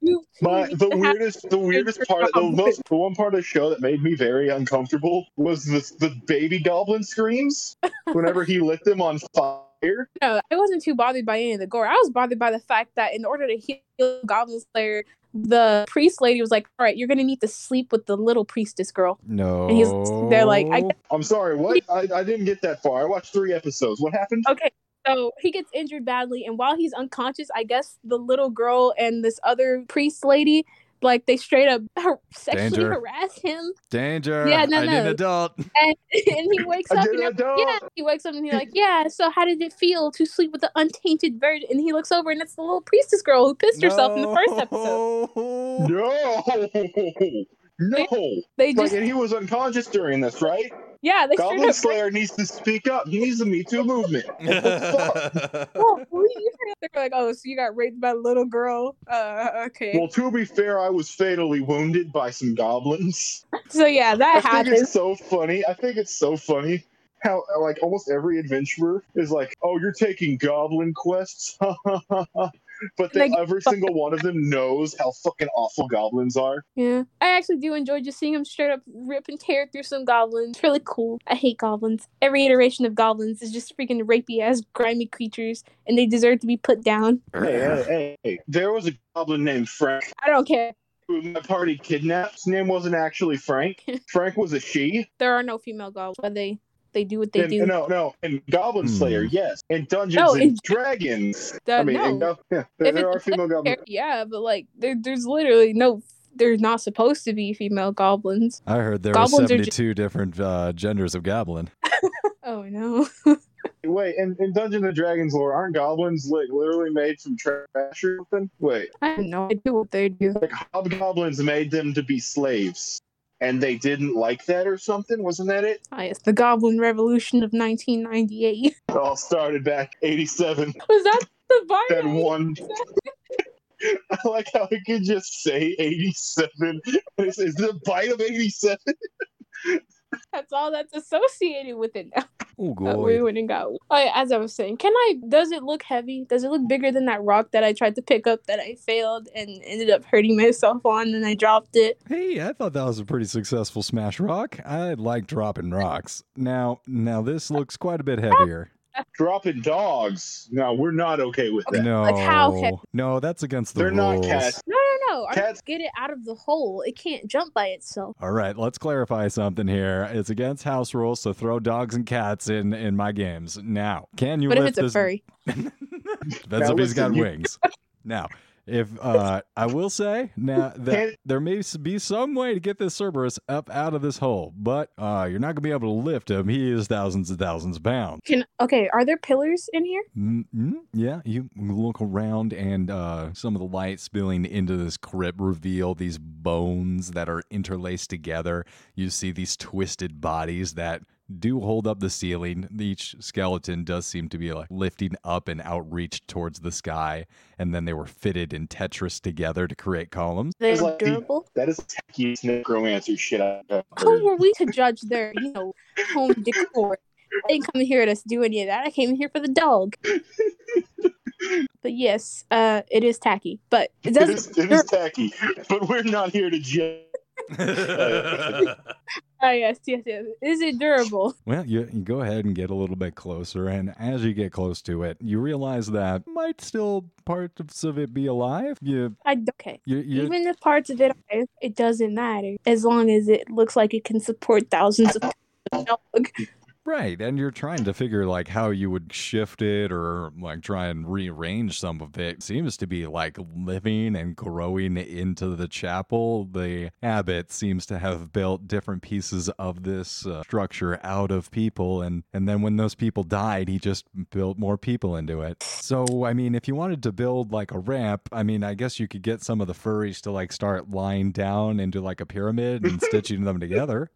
[SPEAKER 3] You
[SPEAKER 1] My
[SPEAKER 3] need
[SPEAKER 1] the
[SPEAKER 3] to have-
[SPEAKER 1] weirdest, the weirdest part, the most, the one part of the show that made me very uncomfortable was the the baby goblin screams whenever he lit them on fire.
[SPEAKER 3] no, I wasn't too bothered by any of the gore. I was bothered by the fact that in order to heal Goblin Slayer, the priest lady was like, "All right, you're gonna need to sleep with the little priestess girl."
[SPEAKER 2] no
[SPEAKER 3] he's- they're like, I-
[SPEAKER 1] I'm sorry, what? I, I didn't get that far. I watched three episodes. What happened?
[SPEAKER 3] Okay, So he gets injured badly, and while he's unconscious, I guess the little girl and this other priest lady, like they straight up sexually
[SPEAKER 2] Danger.
[SPEAKER 3] harass him,
[SPEAKER 2] Danger.
[SPEAKER 3] Yeah, no,
[SPEAKER 2] I need an
[SPEAKER 3] no.
[SPEAKER 2] adult.
[SPEAKER 3] and, and he wakes
[SPEAKER 1] I
[SPEAKER 3] up.
[SPEAKER 1] did
[SPEAKER 3] And
[SPEAKER 1] an
[SPEAKER 3] everyone-
[SPEAKER 1] adult.
[SPEAKER 3] Oh, yeah, he wakes up and he's like, "Yeah, so how did it feel to sleep with the untainted virgin?" And he looks over, and it's the little priestess girl who pissed herself in the first episode.
[SPEAKER 2] episode.
[SPEAKER 1] No, no.
[SPEAKER 3] They
[SPEAKER 1] Like,
[SPEAKER 3] just,
[SPEAKER 1] and he was unconscious during this, right?
[SPEAKER 3] yeah, they straight
[SPEAKER 1] Goblin
[SPEAKER 3] up.
[SPEAKER 1] Slayer needs to speak up. He needs the Me Too movement.
[SPEAKER 3] Oh, you they're like, oh, so you got raped by a little girl? Uh, okay.
[SPEAKER 1] Well, to be fair, I was fatally wounded by some goblins.
[SPEAKER 3] so yeah,
[SPEAKER 1] I
[SPEAKER 3] that
[SPEAKER 1] think
[SPEAKER 3] happens.
[SPEAKER 1] it's so funny. I think it's so funny how like almost every adventurer is like, "Oh, you're taking goblin quests," but they,
[SPEAKER 3] Like-
[SPEAKER 1] every single one of them knows how fucking awful goblins are.
[SPEAKER 3] Yeah, I actually do enjoy just seeing him straight up rip and tear through some goblins. It's really cool. I hate goblins. Every iteration of goblins is just freaking rapey ass, grimy creatures, and they deserve to be put down.
[SPEAKER 1] Hey, hey, hey, hey! There was a goblin named Frank
[SPEAKER 3] I don't care.
[SPEAKER 1] who my party kidnapped. His name wasn't actually Frank. Frank was a she.
[SPEAKER 3] There are no female goblins, but they they do what they
[SPEAKER 1] And- uh,
[SPEAKER 3] do.
[SPEAKER 1] No, no. And Goblin
[SPEAKER 2] Hmm.
[SPEAKER 1] Slayer, yes. And Dungeons
[SPEAKER 3] No,
[SPEAKER 1] and
[SPEAKER 3] in-
[SPEAKER 1] Dragons.
[SPEAKER 3] Uh,
[SPEAKER 1] I mean,
[SPEAKER 3] no.
[SPEAKER 1] and go- yeah, there,
[SPEAKER 3] If
[SPEAKER 1] there
[SPEAKER 3] it's
[SPEAKER 1] are female goblins.
[SPEAKER 3] yeah, but like there, there's literally no. There's not supposed to be female goblins.
[SPEAKER 2] I heard there
[SPEAKER 3] Goblins
[SPEAKER 2] were
[SPEAKER 3] are
[SPEAKER 2] 72 different uh, genders of goblin.
[SPEAKER 3] Oh no.
[SPEAKER 1] Wait, and in Dungeons and Dragons lore, aren't goblins like literally made from trash or something? Wait,
[SPEAKER 3] I have no idea what they do.
[SPEAKER 1] like hobgoblins made them to be slaves, and they didn't like that or something? Wasn't that it?
[SPEAKER 3] Ah, yes, the Goblin Revolution of 1998.
[SPEAKER 1] It all started back '87.
[SPEAKER 3] Was that the
[SPEAKER 1] That
[SPEAKER 3] Bible?
[SPEAKER 1] one. I like how it could just say '87. Is is the bite of '87?
[SPEAKER 3] That's all that's associated with it now.
[SPEAKER 2] Oh,
[SPEAKER 3] Uh, we
[SPEAKER 2] God.
[SPEAKER 3] went and got. Oh, yeah, as I was saying, can I? Does it look heavy? Does it look bigger than that rock that I tried to pick up that I failed and ended up hurting myself on and I dropped it?
[SPEAKER 2] Hey, I thought that was a pretty successful smash rock. I like dropping rocks. Now, now this looks quite a bit heavier.
[SPEAKER 1] Dropping dogs. No, we're not okay with that.
[SPEAKER 2] No,
[SPEAKER 3] Like how heavy?
[SPEAKER 2] no, that's against the
[SPEAKER 1] They're not
[SPEAKER 2] rules.
[SPEAKER 1] cats.
[SPEAKER 3] No, no, no! I
[SPEAKER 1] Cats-
[SPEAKER 3] get it out of the hole. It can't jump by itself.
[SPEAKER 2] All right, let's clarify something here. It's against house rules to throw dogs and cats in in my games. Now, can you
[SPEAKER 3] But if
[SPEAKER 2] lift
[SPEAKER 3] it's a
[SPEAKER 2] this?
[SPEAKER 3] furry,
[SPEAKER 2] That's
[SPEAKER 1] Now
[SPEAKER 2] if he's got
[SPEAKER 1] listen, you-
[SPEAKER 2] wings. Now, if uh, I will say now that
[SPEAKER 1] Can't-
[SPEAKER 2] there may s- be some way to get this Cerberus up out of this hole, but uh, you're not gonna be able to lift him. He is thousands and thousands of pounds.
[SPEAKER 3] can okay? Are there pillars in here?
[SPEAKER 2] mm mm, Yeah, you look around, and uh, some of the light spilling into this crypt reveal these bones that are interlaced together. You see these twisted bodies that do hold up the ceiling. Each skeleton does seem to be like lifting up and outreach towards the sky, and then they were fitted in Tetris together to create columns.
[SPEAKER 3] They're
[SPEAKER 1] It's like the-
[SPEAKER 3] durable.
[SPEAKER 1] That is techiest necromancer shit I've ever heard.
[SPEAKER 3] Who were we to judge their, you know, home decor? I didn't come here to do any of that. I came here for the dog. but yes, uh, it is tacky, but it
[SPEAKER 1] It
[SPEAKER 3] doesn't.
[SPEAKER 1] is, it is tacky, but we're not here to judge.
[SPEAKER 3] Oh yes, yes, yes. Is it durable?
[SPEAKER 2] Well, you, you go ahead and get a little bit closer, and as you get close to it, you realize that might still parts of it be alive. You,
[SPEAKER 3] I don't- okay.
[SPEAKER 2] you, you
[SPEAKER 3] Even if parts of it, are, it doesn't matter as long as it looks like it can support thousands of dog.
[SPEAKER 2] right, and you're trying to figure like how you would shift it or like try and rearrange some of it. Seems to be like living and growing into the chapel. The abbot seems to have built different pieces of this uh, structure out of people, and and then when those people died, he just built more people into it. So, I mean, if you wanted to build like a ramp, I mean, I guess you could get some of the furries to like start lying down into like a pyramid and stitching them together.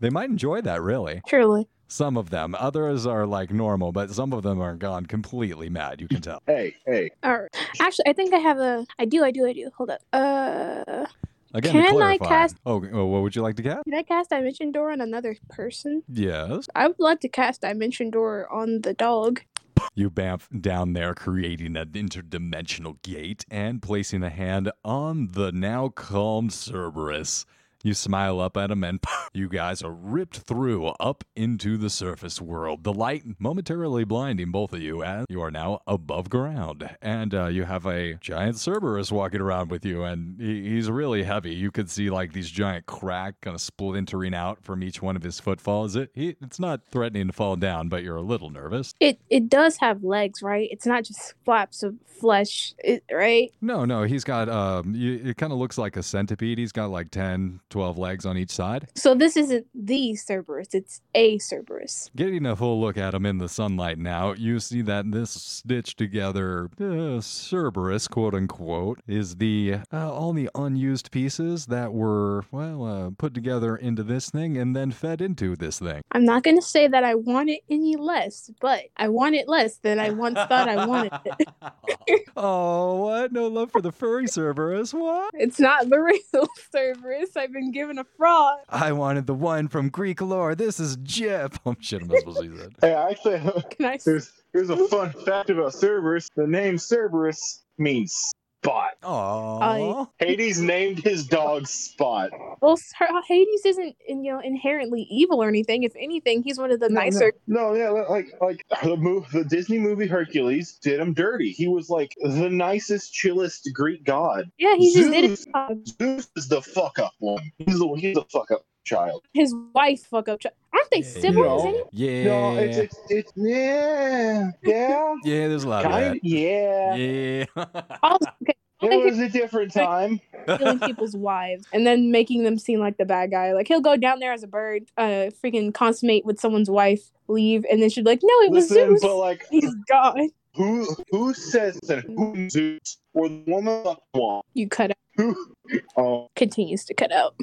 [SPEAKER 2] They might enjoy that, really.
[SPEAKER 3] Truly,
[SPEAKER 2] Some of them. Others are like normal, but some of them are gone completely mad, you can tell.
[SPEAKER 1] Hey, hey.
[SPEAKER 3] all right. Actually, I think I have a. I do. I do. I do. Hold up. Uh,
[SPEAKER 2] Again, to
[SPEAKER 3] Can I
[SPEAKER 2] clarify.
[SPEAKER 3] cast-
[SPEAKER 2] Oh, oh, what would you like to cast?
[SPEAKER 3] did I cast Dimension Door on another person?
[SPEAKER 2] Yes.
[SPEAKER 3] I would like to cast Dimension Door on the dog.
[SPEAKER 2] You bamf down there, creating an interdimensional gate and placing a hand on the now calm Cerberus. You smile up at him, and you guys are ripped through up into the surface world. The light momentarily blinding both of you as you are now above ground. And uh, you have a giant Cerberus walking around with you, and he, he's really heavy. You could see like these giant crack kind of splintering out from each one of his footfalls. It, he, it's not threatening to fall down, but you're a little nervous.
[SPEAKER 3] It it does have legs, right? It's not just flaps of flesh, it, right?
[SPEAKER 2] No, no, he's got, um, y it kind of looks like a centipede. He's got like 10, 12 legs on each side.
[SPEAKER 3] So this isn't the Cerberus; it's a Cerberus.
[SPEAKER 2] Getting a full look at him in the sunlight now, you see that this stitched together uh, Cerberus, quote unquote, is the uh, all the unused pieces that were well uh, put together into this thing and then fed into this thing.
[SPEAKER 3] I'm not going to say that I want it any less, but I want it less than I once thought I wanted it.
[SPEAKER 2] oh, what? No love for the furry Cerberus? What?
[SPEAKER 3] It's not the real Cerberus. I've been given a fraud.
[SPEAKER 2] I wanted the one from Greek lore. This is Jip. Oh shit, I'm not supposed to use that.
[SPEAKER 1] Hey, I actually,
[SPEAKER 3] Can I?
[SPEAKER 1] here's, here's a fun fact about Cerberus. The name Cerberus means spot.
[SPEAKER 2] Aww.
[SPEAKER 1] Hades named his dog Spot.
[SPEAKER 3] Well, Sir- Hades isn't in- you know inherently evil or anything. If anything, he's one of the nicer.
[SPEAKER 1] No, yeah, like like the move, the Disney movie Hercules did him dirty. He was like the nicest, chillest Greek god.
[SPEAKER 3] Yeah, he just did
[SPEAKER 1] Zeus.
[SPEAKER 3] his job.
[SPEAKER 1] Zeus is the fuck up one. He's the he's the fuck up child.
[SPEAKER 3] His wife fuck up. chi- Aren't they siblings?
[SPEAKER 1] No.
[SPEAKER 3] any-
[SPEAKER 2] Yeah.
[SPEAKER 1] No, it's it's it's yeah, yeah,
[SPEAKER 2] yeah, there's a lot
[SPEAKER 1] kind
[SPEAKER 2] of
[SPEAKER 1] yeah.
[SPEAKER 2] that. Yeah.
[SPEAKER 3] All- okay,
[SPEAKER 1] It was a different time.
[SPEAKER 3] stealing people's wives and then making them seem like the bad guy. Like he'll go down there as a bird, uh, freaking consummate with someone's wife, leave, and then she'd be like, "No, it was
[SPEAKER 1] Listen,
[SPEAKER 3] Zeus.
[SPEAKER 1] but like
[SPEAKER 3] He's gone."
[SPEAKER 1] who who says that who Zeus or the woman up one?
[SPEAKER 3] You cut out.
[SPEAKER 1] Who oh
[SPEAKER 3] Continues to cut out.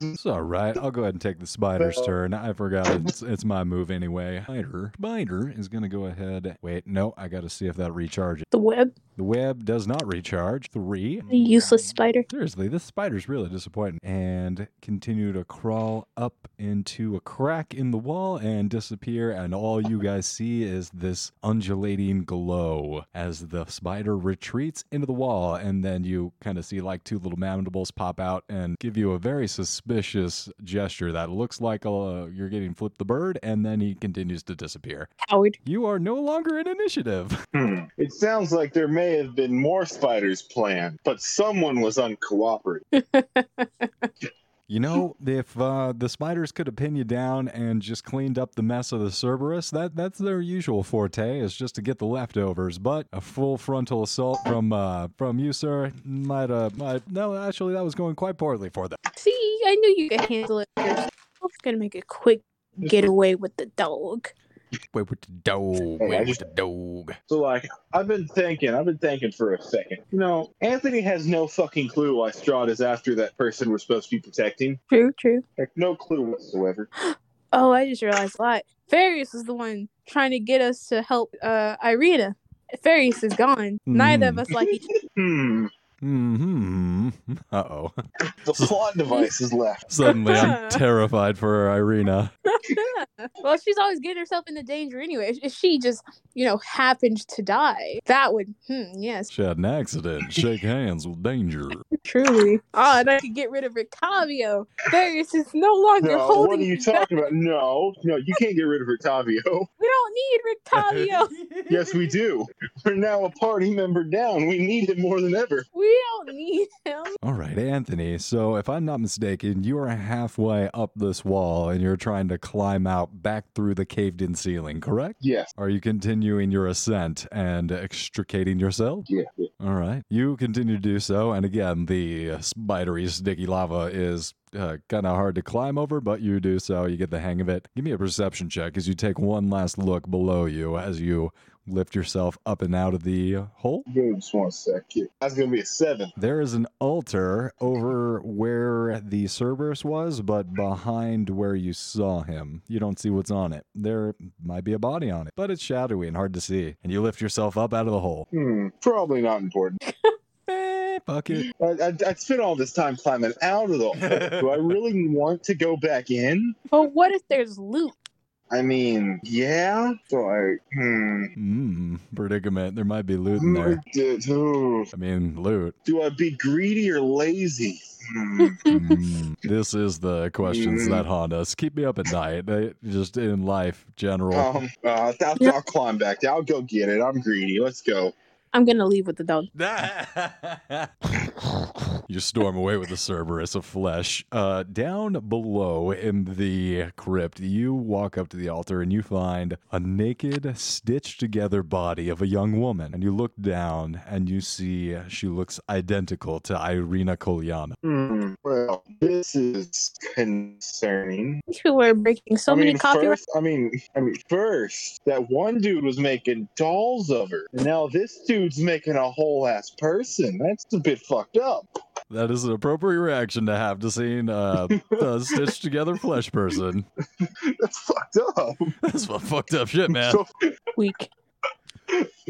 [SPEAKER 2] It's all right. I'll go ahead and take the spider's turn. I forgot it's, it's my move anyway. Spider, spider is going to go ahead. Wait, no, I got to see if that recharges.
[SPEAKER 3] The web,
[SPEAKER 2] The web does not recharge. Three.
[SPEAKER 3] the useless spider.
[SPEAKER 2] Seriously, this spider's really disappointing. And continue to crawl up into a crack in the wall and disappear. And all you guys see is this undulating glow as the spider retreats into the wall. And then you kind of see like two little mandibles pop out and give you a very suspicious gesture that looks like uh you're getting flipped the bird. And then he continues to disappear.
[SPEAKER 3] Coward.
[SPEAKER 2] You are no longer an initiative.
[SPEAKER 1] Hmm. It sounds like there may have been more spiders planned, but someone was uncooperative.
[SPEAKER 2] You know, if uh, the spiders could have pinned you down and just cleaned up the mess of the Cerberus, that that's their usual forte is just to get the leftovers. But a full frontal assault from uh, from you, sir, might uh, might no, actually, that was going quite poorly for them.
[SPEAKER 3] See, I knew you could handle it. yourself. gonna make a quick getaway with the dog.
[SPEAKER 2] Wait with the dog,
[SPEAKER 1] Hey, I
[SPEAKER 2] wait with
[SPEAKER 1] just-
[SPEAKER 2] the dog.
[SPEAKER 1] So, like, I've been thinking, I've been thinking for a second. You know, Anthony has no fucking clue why Strahd is after that person we're supposed to be protecting.
[SPEAKER 3] True, true.
[SPEAKER 1] Like, no clue whatsoever.
[SPEAKER 3] Oh, I just realized a lot. Farius is the one trying to get us to help uh Irina. Farius is gone. Neither of
[SPEAKER 2] Mm.
[SPEAKER 3] us like each
[SPEAKER 1] Hmm.
[SPEAKER 2] Hmm. Uh oh.
[SPEAKER 1] The plot device is left.
[SPEAKER 2] Suddenly, I'm terrified for Irina.
[SPEAKER 3] well, she's always getting herself into danger anyway. If- If she just, you know, happened to die, that would, hmm, yes,
[SPEAKER 2] She had an accident. Shake hands with danger.
[SPEAKER 3] truly. Oh, and I could get rid of Rictavio. Darius is no longer
[SPEAKER 1] No,
[SPEAKER 3] holding.
[SPEAKER 1] what are you
[SPEAKER 3] me back.
[SPEAKER 1] talking about? No, no, you can't get rid of Octavio.
[SPEAKER 3] We don't need Rictavio.
[SPEAKER 1] Yes, we do. We're now a party member down. We need him more than ever.
[SPEAKER 3] we don't need him.
[SPEAKER 2] All right, Anthony. So, if I'm not mistaken, you are halfway up this wall and you're trying to climb out back through the caved in ceiling, correct?
[SPEAKER 1] Yes,
[SPEAKER 2] Are you continuing your ascent and extricating yourself?
[SPEAKER 1] yeah, yeah.
[SPEAKER 2] All right. You continue to do so. And again, the uh, spidery, sticky lava is uh, kind of hard to climb over, but you do so. You get the hang of it. Give me a perception check as you take one last look below you as you lift yourself up and out of the uh, hole.
[SPEAKER 1] Give him just one sec. Yeah. That's going to be a seven.
[SPEAKER 2] There is an altar over where the Cerberus was, but behind where you saw him. You don't see what's on it. There might be a body on it, but it's shadowy and hard to see. And you lift yourself up out of the hole.
[SPEAKER 1] Hmm. Probably not important.
[SPEAKER 2] Eh, fuck it.
[SPEAKER 1] I, I, I spent all this time climbing out of the hole. Do I really want to go back in?
[SPEAKER 3] But what if there's loot?
[SPEAKER 1] I mean, yeah. So I, hmm.
[SPEAKER 2] Mm, predicament. There might be loot in
[SPEAKER 1] Hmm,
[SPEAKER 2] there.
[SPEAKER 1] d- ooh.
[SPEAKER 2] I mean, loot.
[SPEAKER 1] Do I be greedy or lazy? Hmm,
[SPEAKER 2] Mm, this is the questions that haunt us. Keep me up at night. They- Just in life, general.
[SPEAKER 1] Um, uh, I'll, I'll climb back down. I'll go get it. I'm greedy. Let's go.
[SPEAKER 3] I'm gonna leave with the dog.
[SPEAKER 2] you storm away with the Cerberus of flesh. Uh, down below in the crypt, you walk up to the altar and you find a naked, stitched together body of a young woman. And you look down and you see she looks identical to Irina Kolyana.
[SPEAKER 1] Hmm, well, this is concerning.
[SPEAKER 3] You are breaking so
[SPEAKER 1] I mean,
[SPEAKER 3] many copyrights.
[SPEAKER 1] first, I mean, I mean, first that one dude was making dolls of her. and Now this dude's making a whole ass person. That's a bit fucked up.
[SPEAKER 2] That is an appropriate reaction to have to seeing uh, a stitched together flesh person.
[SPEAKER 1] That's fucked up.
[SPEAKER 2] That's some fucked up shit, man.
[SPEAKER 1] So
[SPEAKER 3] Week.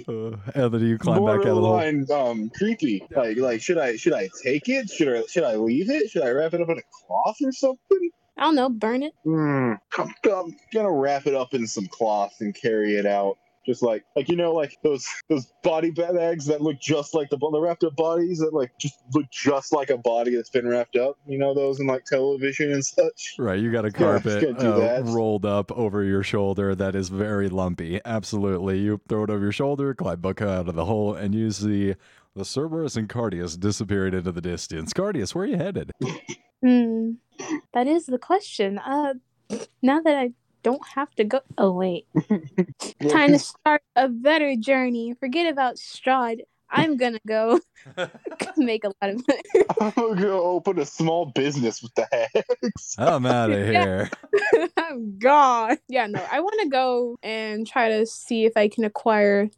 [SPEAKER 2] Uh, Anthony, you climb back out of the hole.
[SPEAKER 1] borderline um, creepy. Like, like should I should I take it? Should I should I leave it? Should I wrap it up in a cloth or something?
[SPEAKER 3] I don't know. Burn it.
[SPEAKER 1] Hmm. I'm, I'm gonna wrap it up in some cloth and carry it out. Just like, like you know, like those those body bags that look just like the, the wrapped up bodies that like just look just like a body that's been wrapped up. You know those in like television and such.
[SPEAKER 2] Right, you got a
[SPEAKER 1] Yeah, I was
[SPEAKER 2] carpet
[SPEAKER 1] gonna do
[SPEAKER 2] uh,
[SPEAKER 1] that.
[SPEAKER 2] rolled up over your shoulder that is very lumpy. Absolutely. You throw it over your shoulder, climb Buck out of the hole, and you see the Cerberus and Cardius disappearing into the distance. Cardius, where are you headed?
[SPEAKER 3] Hmm. That is the question. Uh, now that I don't have to go. Oh wait. Time to start a better journey. Forget about Strahd. I'm gonna go make a lot of money.
[SPEAKER 1] I'm gonna go open a small business with the hags.
[SPEAKER 2] I'm out of here.
[SPEAKER 3] I'm gone. Yeah, no, I want to go and try to see if I can acquire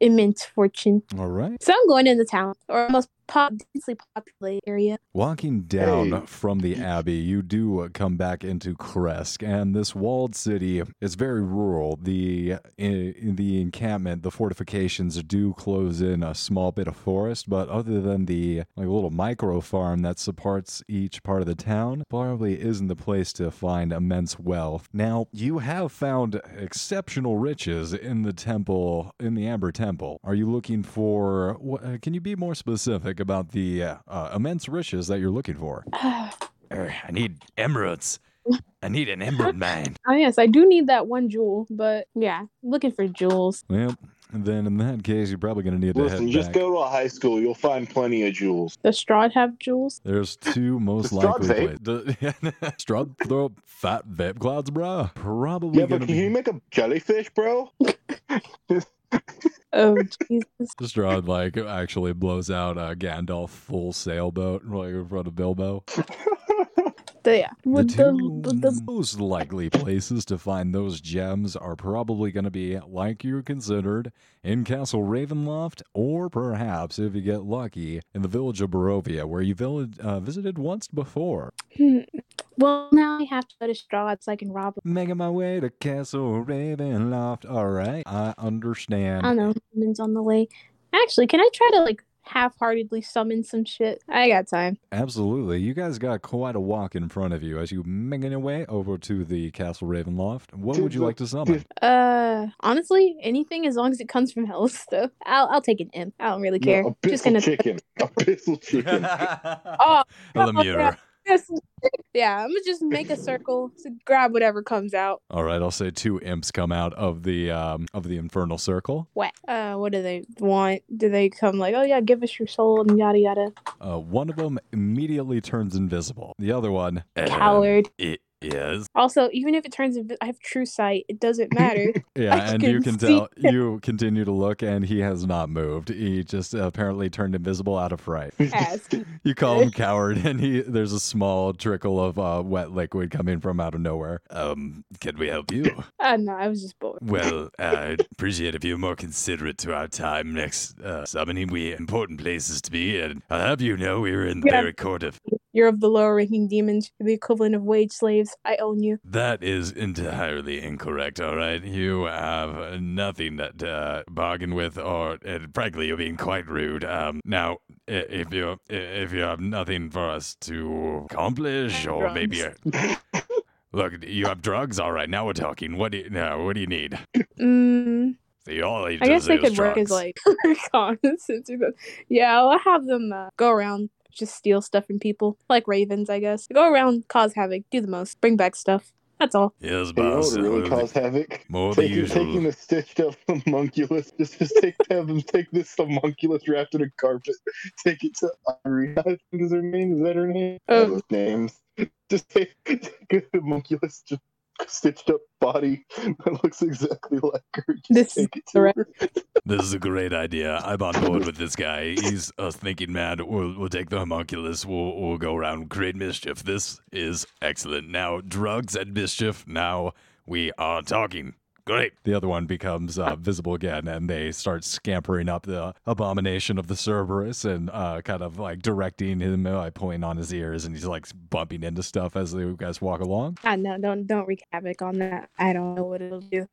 [SPEAKER 3] immense fortune.
[SPEAKER 2] All right.
[SPEAKER 3] So I'm going into town or most pop, densely populated area.
[SPEAKER 2] Walking down
[SPEAKER 1] Hey.
[SPEAKER 2] from the abbey, you do uh, come back into Kresk, and this walled city is very rural. The in, in the encampment, the fortifications do close in a small bit of forest, but other than the like little micro farm that supports each part of the town, probably isn't the place to find immense wealth. Now, you have found exceptional riches in the temple, in the Amber Temple. Are you looking for? wh- uh, Can you be more specific about the uh, uh, immense riches that you're looking for?
[SPEAKER 3] Ah,
[SPEAKER 2] I need emeralds. I need an emerald mine.
[SPEAKER 3] Oh yes, I do need that one jewel, but yeah, looking for jewels.
[SPEAKER 2] Well, then in that case, you're probably going to need to
[SPEAKER 1] Listen,
[SPEAKER 2] head
[SPEAKER 1] just
[SPEAKER 2] back.
[SPEAKER 1] go to a high school. You'll find plenty of jewels.
[SPEAKER 3] Does Strahd have jewels?
[SPEAKER 2] There's two most
[SPEAKER 1] Does Strahd
[SPEAKER 2] likely places.
[SPEAKER 1] vape?
[SPEAKER 2] Strahd throw fat vape clouds, bro. Probably
[SPEAKER 1] Yeah, but
[SPEAKER 2] gonna
[SPEAKER 1] can
[SPEAKER 2] be
[SPEAKER 1] you make a jellyfish, bro?
[SPEAKER 3] Oh Jesus!
[SPEAKER 2] Strahd like actually blows out uh, Gandalf full sailboat like in front of Bilbo.
[SPEAKER 3] So, yeah,
[SPEAKER 2] The
[SPEAKER 3] with the,
[SPEAKER 2] two
[SPEAKER 3] with the
[SPEAKER 2] most likely places to find those gems are probably going to be, like you considered, in Castle Ravenloft, or perhaps, if you get lucky, in the village of Barovia, where you village, uh, visited once before.
[SPEAKER 3] Hmm. well, now I have to go to Strahd so I can rob him.
[SPEAKER 2] Making my way to Castle Ravenloft. All right, I understand.
[SPEAKER 3] I don't know. Humans on the way. Actually, can I try to like half-heartedly summon some shit? I got time.
[SPEAKER 2] Absolutely. You guys got quite a walk in front of you as you making your way over to the Castle Ravenloft. What would you like to summon?
[SPEAKER 3] Uh, honestly, anything as long as it comes from hell. So I'll I'll take an imp. I don't really
[SPEAKER 1] No,
[SPEAKER 3] care.
[SPEAKER 1] abyssal
[SPEAKER 3] Just gonna
[SPEAKER 1] chicken. Abyssal chicken.
[SPEAKER 3] oh
[SPEAKER 2] the mirror.
[SPEAKER 3] yeah. I'm gonna just make a circle to grab whatever comes out.
[SPEAKER 2] All right, I'll say two imps come out of the um, of the infernal circle.
[SPEAKER 3] What? Uh, what do they want? Do they come like, oh yeah, give us your soul and yada yada?
[SPEAKER 2] Uh, one of them immediately turns invisible. The other one,
[SPEAKER 3] Coward.
[SPEAKER 2] It is.
[SPEAKER 3] Also, even if it turns, invi- I have true sight. It doesn't matter.
[SPEAKER 2] Yeah,
[SPEAKER 3] I
[SPEAKER 2] and
[SPEAKER 3] can
[SPEAKER 2] you can
[SPEAKER 3] see
[SPEAKER 2] tell you continue to look, and he has not moved. He just apparently turned invisible out of fright.
[SPEAKER 3] Ass.
[SPEAKER 2] You call him coward, and he there's a small trickle of uh, wet liquid coming from out of nowhere. Um, can we help you?
[SPEAKER 3] Uh, no, I was just bored.
[SPEAKER 2] Well, I'd appreciate if you're more considerate to our time next uh, summoning. We important places to be, and I'll have you know we're in the
[SPEAKER 3] Yeah.
[SPEAKER 2] very court of.
[SPEAKER 3] You're of the lower ranking demons, You're the equivalent of wage slaves. I own you.
[SPEAKER 2] That is entirely incorrect. All right, you have nothing to uh, bargain with, or uh, frankly, you're being quite rude. Um, now, i- if you if you have nothing for us to accomplish, or maybe. A, Look, you have drugs. All right, now we're talking. What do you, no, What do you need?
[SPEAKER 3] Mm,
[SPEAKER 2] See, all he
[SPEAKER 3] I guess they
[SPEAKER 2] deserves
[SPEAKER 3] could work as
[SPEAKER 2] drugs.
[SPEAKER 3] like cons since you're the- yeah, I'll have them uh, go around just steal stuff from people, like ravens, I guess. Go around, cause havoc, do the most, bring back stuff. That's all.
[SPEAKER 2] Yes,
[SPEAKER 1] You know what
[SPEAKER 2] boss.
[SPEAKER 1] would really cause havoc?
[SPEAKER 2] More than
[SPEAKER 1] Taking, taking
[SPEAKER 2] usual.
[SPEAKER 1] the stitched up homunculus, just, just take, have them take this homunculus wrapped in a carpet, take it to Irene, I think is her name. Is that her name?
[SPEAKER 3] Oh.
[SPEAKER 1] Those names. Just take, take a homunculus, just stitched up body that looks exactly like her. Just
[SPEAKER 3] This is
[SPEAKER 1] take it to
[SPEAKER 3] correct.
[SPEAKER 1] her.
[SPEAKER 2] This is a great idea. I'm on board with this guy. He's a thinking man. We'll, we'll take the homunculus. We'll, we'll go around and create mischief. This is excellent. Now, drugs and mischief. Now we are talking. Great. The other one becomes uh, visible again, and they start scampering up the abomination of the Cerberus and uh, kind of like directing him by pulling on his ears, and he's like bumping into stuff as they guys walk along.
[SPEAKER 3] Ah, no, don't don't wreak havoc on that. I don't know what it'll do.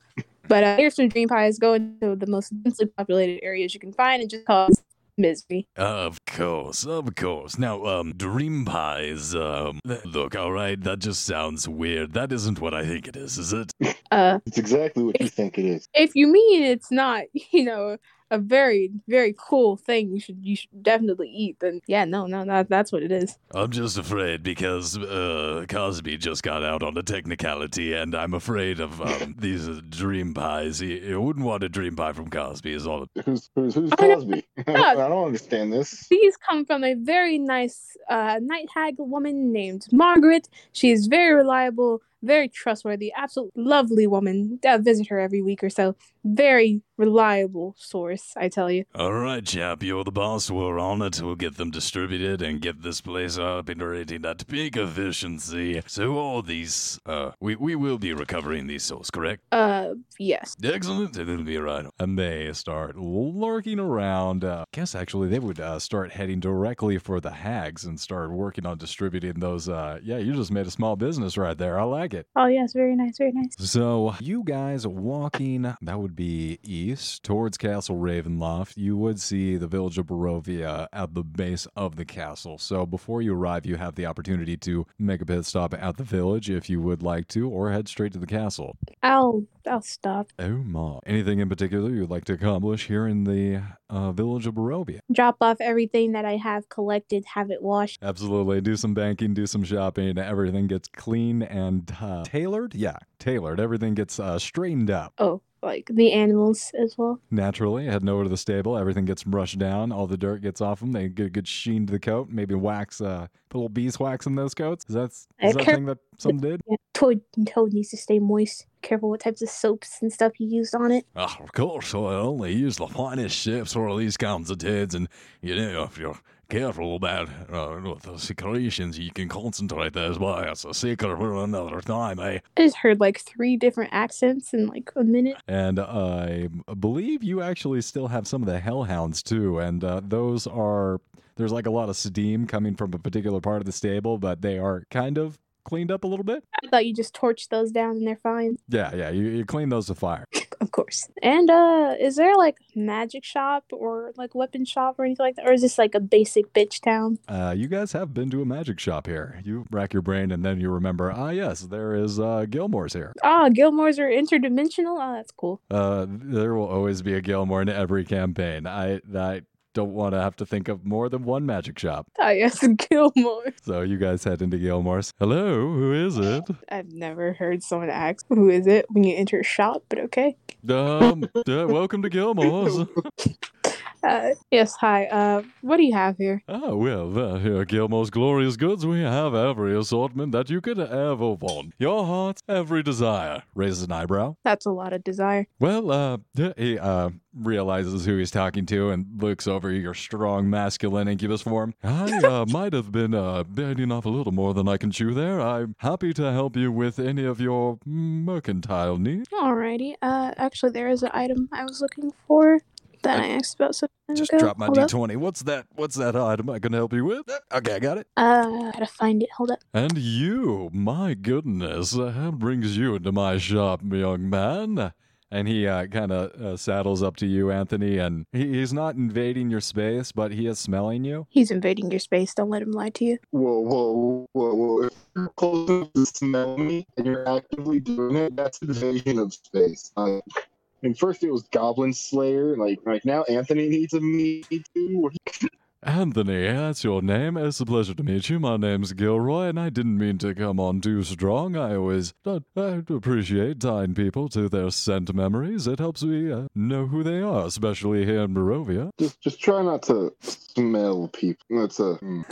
[SPEAKER 3] But uh, here's some dream pies. Go into the most densely populated areas you can find and just cause misery.
[SPEAKER 2] Of course, of course. Now, um, dream pies. Um, th- look, all right, that just sounds weird. That isn't what I think it is, is it?
[SPEAKER 3] Uh,
[SPEAKER 1] It's exactly what you think it is.
[SPEAKER 3] if you mean it's not, you know, a very very cool thing you should you should definitely eat, then yeah, no, no, that that's what it is.
[SPEAKER 2] I'm just afraid because uh, Cosby just got out on a technicality, and I'm afraid of um, these uh, dream pies. He, he wouldn't want a dream pie from Cosby. Is all.
[SPEAKER 1] Who's, who's, who's
[SPEAKER 3] I know.
[SPEAKER 1] Cosby? I don't understand this.
[SPEAKER 3] These come from a very nice uh, night hag woman named Margaret. She is very reliable, very trustworthy, absolute lovely woman. I visit her every week or so. Very reliable source, I tell you.
[SPEAKER 2] All right, chap, you're the boss. We're on it. We'll get them distributed and get this place operating at peak efficiency. So all these, uh, we we will be recovering these souls, correct?
[SPEAKER 3] Uh, yes.
[SPEAKER 2] Excellent. It'll be right. And they start lurking around. Uh, I guess actually they would uh, start heading directly for the hags and start working on distributing those. Uh, yeah, you just made a small business right there. I like it.
[SPEAKER 3] Oh, yes. Very nice. Very nice.
[SPEAKER 2] So you guys walking, that would be east towards Castle Ravenloft. You would see the village of Barovia at the base of the castle. So before you arrive, you have the opportunity to make a pit stop at the village if you would like to, or head straight to the castle.
[SPEAKER 3] I'll I'll stop.
[SPEAKER 2] Oh, ma. Anything in particular you'd like to accomplish here in the uh, village of Barovia?
[SPEAKER 3] Drop off everything that I have collected. Have it washed.
[SPEAKER 2] Absolutely. Do some banking, do some shopping. Everything gets clean and uh, tailored. Yeah, tailored. Everything gets uh, straightened up.
[SPEAKER 3] Oh, like the animals as well.
[SPEAKER 2] Naturally, heading over to the stable. Everything gets brushed down. All the dirt gets off them. They get a good sheen to the coat. Maybe wax, uh, put a little beeswax in those coats. Is that, is that a
[SPEAKER 3] Okay.
[SPEAKER 2] thing that some did?
[SPEAKER 3] Yeah. Toad Toad needs to stay moist. Careful what types of soaps and stuff you used on it.
[SPEAKER 2] Ah, of course, I only use the finest ships for these kinds of tids, and you know, if you're careful about uh, with the secretions, you can concentrate those. But it's a secret for another time, eh?
[SPEAKER 3] I just heard like three different accents in like a minute.
[SPEAKER 2] And I believe you actually still have some of the hellhounds too, and uh, those are there's like a lot of steam coming from a particular part of the stable, but they are kind of cleaned up a little bit.
[SPEAKER 3] I thought you just torch those down and they're fine.
[SPEAKER 2] Yeah, yeah, you, you clean those to fire.
[SPEAKER 3] Of course. And uh is there like magic shop or like weapon shop or anything like that? Or is this like a basic bitch town?
[SPEAKER 2] Uh, you guys have been to a magic shop here. You rack your brain, and then you remember, ah, yes, there is uh, Gilmore's here.
[SPEAKER 3] Ah, Gilmore's are interdimensional. Oh, that's cool.
[SPEAKER 2] Uh, there will always be a Gilmore in every campaign. I I don't want to have to think of more than one magic shop.
[SPEAKER 3] Ah yes, Gilmore.
[SPEAKER 2] So you guys head into Gilmore's. Hello, who is it?
[SPEAKER 3] I've never heard someone ask who is it when you enter a shop, but okay.
[SPEAKER 2] Um, uh, welcome to Gilmore's.
[SPEAKER 3] Uh yes, hi. Uh what do you have here?
[SPEAKER 2] Ah, well, uh, here at Gilmore's Glorious Goods, we have every assortment that you could ever want. Your heart's every desire. Raises an eyebrow.
[SPEAKER 3] That's a lot of desire.
[SPEAKER 2] Well, uh, yeah, he uh realizes who he's talking to and looks over your strong masculine incubus form. I uh, might have been uh biting off a little more than I can chew there. I'm happy to help you with any of your mercantile needs.
[SPEAKER 3] Alrighty. Uh actually there is an item I was looking for that I asked about some time
[SPEAKER 2] Just
[SPEAKER 3] ago.
[SPEAKER 2] drop my
[SPEAKER 3] Hold up.
[SPEAKER 2] d20. What's that? What's that item I can help you with? Uh, Okay, I got it.
[SPEAKER 3] Uh gotta find it. Hold up.
[SPEAKER 2] And you, my goodness, uh, how brings you into my shop, young man? And he uh, kind of uh, saddles up to you, Anthony, and he, he's not invading your space, but he is smelling you.
[SPEAKER 3] He's invading your space. Don't let him lie to you.
[SPEAKER 1] Whoa, whoa, whoa, whoa. If you're close enough to smell me and you're actively doing it, that's invasion of space. Like, and first it was Goblin Slayer, like like now Anthony needs a me too.
[SPEAKER 2] Anthony, that's your name. It's a pleasure to meet you. My name's Gilroy, and I didn't mean to come on too strong. I always I, I appreciate tying people to their scent memories. It helps me uh, know who they are, especially here in Barovia.
[SPEAKER 4] Just, just try not to smell people. That's a. mm.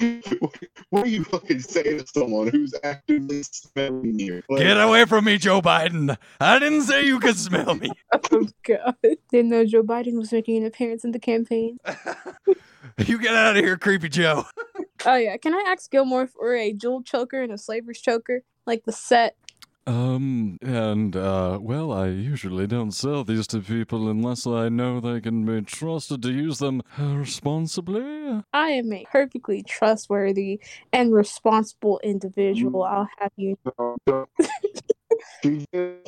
[SPEAKER 1] hmm. what do you fucking say to someone who's actively smelling you? Like,
[SPEAKER 2] away from me, Joe Biden! I didn't say you could smell me.
[SPEAKER 3] Oh God! Didn't know Joe Biden was making an appearance in the campaign.
[SPEAKER 2] You get out of here, creepy Joe.
[SPEAKER 3] Oh yeah, can I ask Gilmore for a jewel choker and a slaver's choker, like the set?
[SPEAKER 2] Um, and, uh, well, I usually don't sell these to people unless I know they can be trusted to use them uh, responsibly.
[SPEAKER 3] I am a perfectly trustworthy and responsible
[SPEAKER 2] Mm.
[SPEAKER 3] individual. I'll have you.
[SPEAKER 4] No, don't. She just-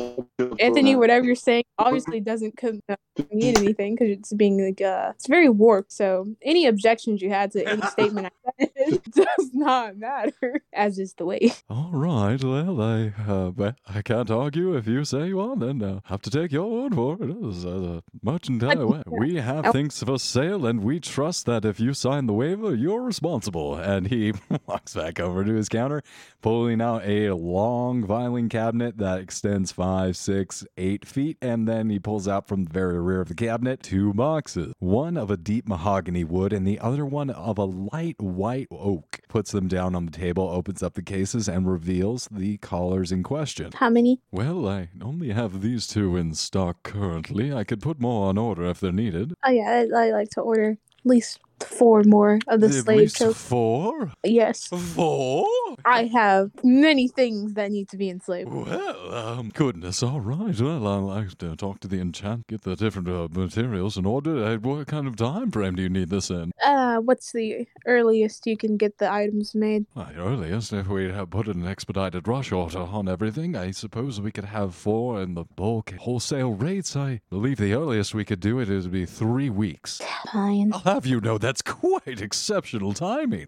[SPEAKER 3] Anthony, whatever you're saying obviously doesn't come, uh, mean anything because it's being like uh, it's very warped. So any objections you had to any statement I said does not matter, as is the way.
[SPEAKER 2] All right, well, I, uh, but I can't argue if you say you are, then uh, have to take your word for it. It is uh, mercantile way. We have things for sale, and we trust that if you sign the waiver, you're responsible. And he walks back over to his counter, pulling out a long filing cabinet that extends five, six, eight feet, and then he pulls out from the very rear of the cabinet two boxes. One of a deep mahogany wood and the other one of a light white oak. Puts them down on the table, opens up the cases, and reveals the collars in question.
[SPEAKER 3] How many?
[SPEAKER 2] Well, I only have these two in stock currently. I could put more on order if they're needed.
[SPEAKER 3] Oh yeah, I, I like to order at least four more of the
[SPEAKER 2] At
[SPEAKER 3] slave
[SPEAKER 2] least
[SPEAKER 3] choker.
[SPEAKER 2] four? Oh.
[SPEAKER 3] Yes,
[SPEAKER 2] Four?
[SPEAKER 3] I have many things that need to be enslaved.
[SPEAKER 2] Well, um, goodness, all right. Well, I'll like to talk to the enchant, get the different uh, materials in order. Uh, what kind of time frame do you need this in?
[SPEAKER 3] Uh, what's the earliest you can get the items made?
[SPEAKER 2] Why, earliest, if we had put an expedited rush order on everything, I suppose we could have four in the bulk wholesale rates. I believe the earliest we could do it is be three weeks.
[SPEAKER 3] Fine,
[SPEAKER 2] I'll have you know that's quite exceptional timing.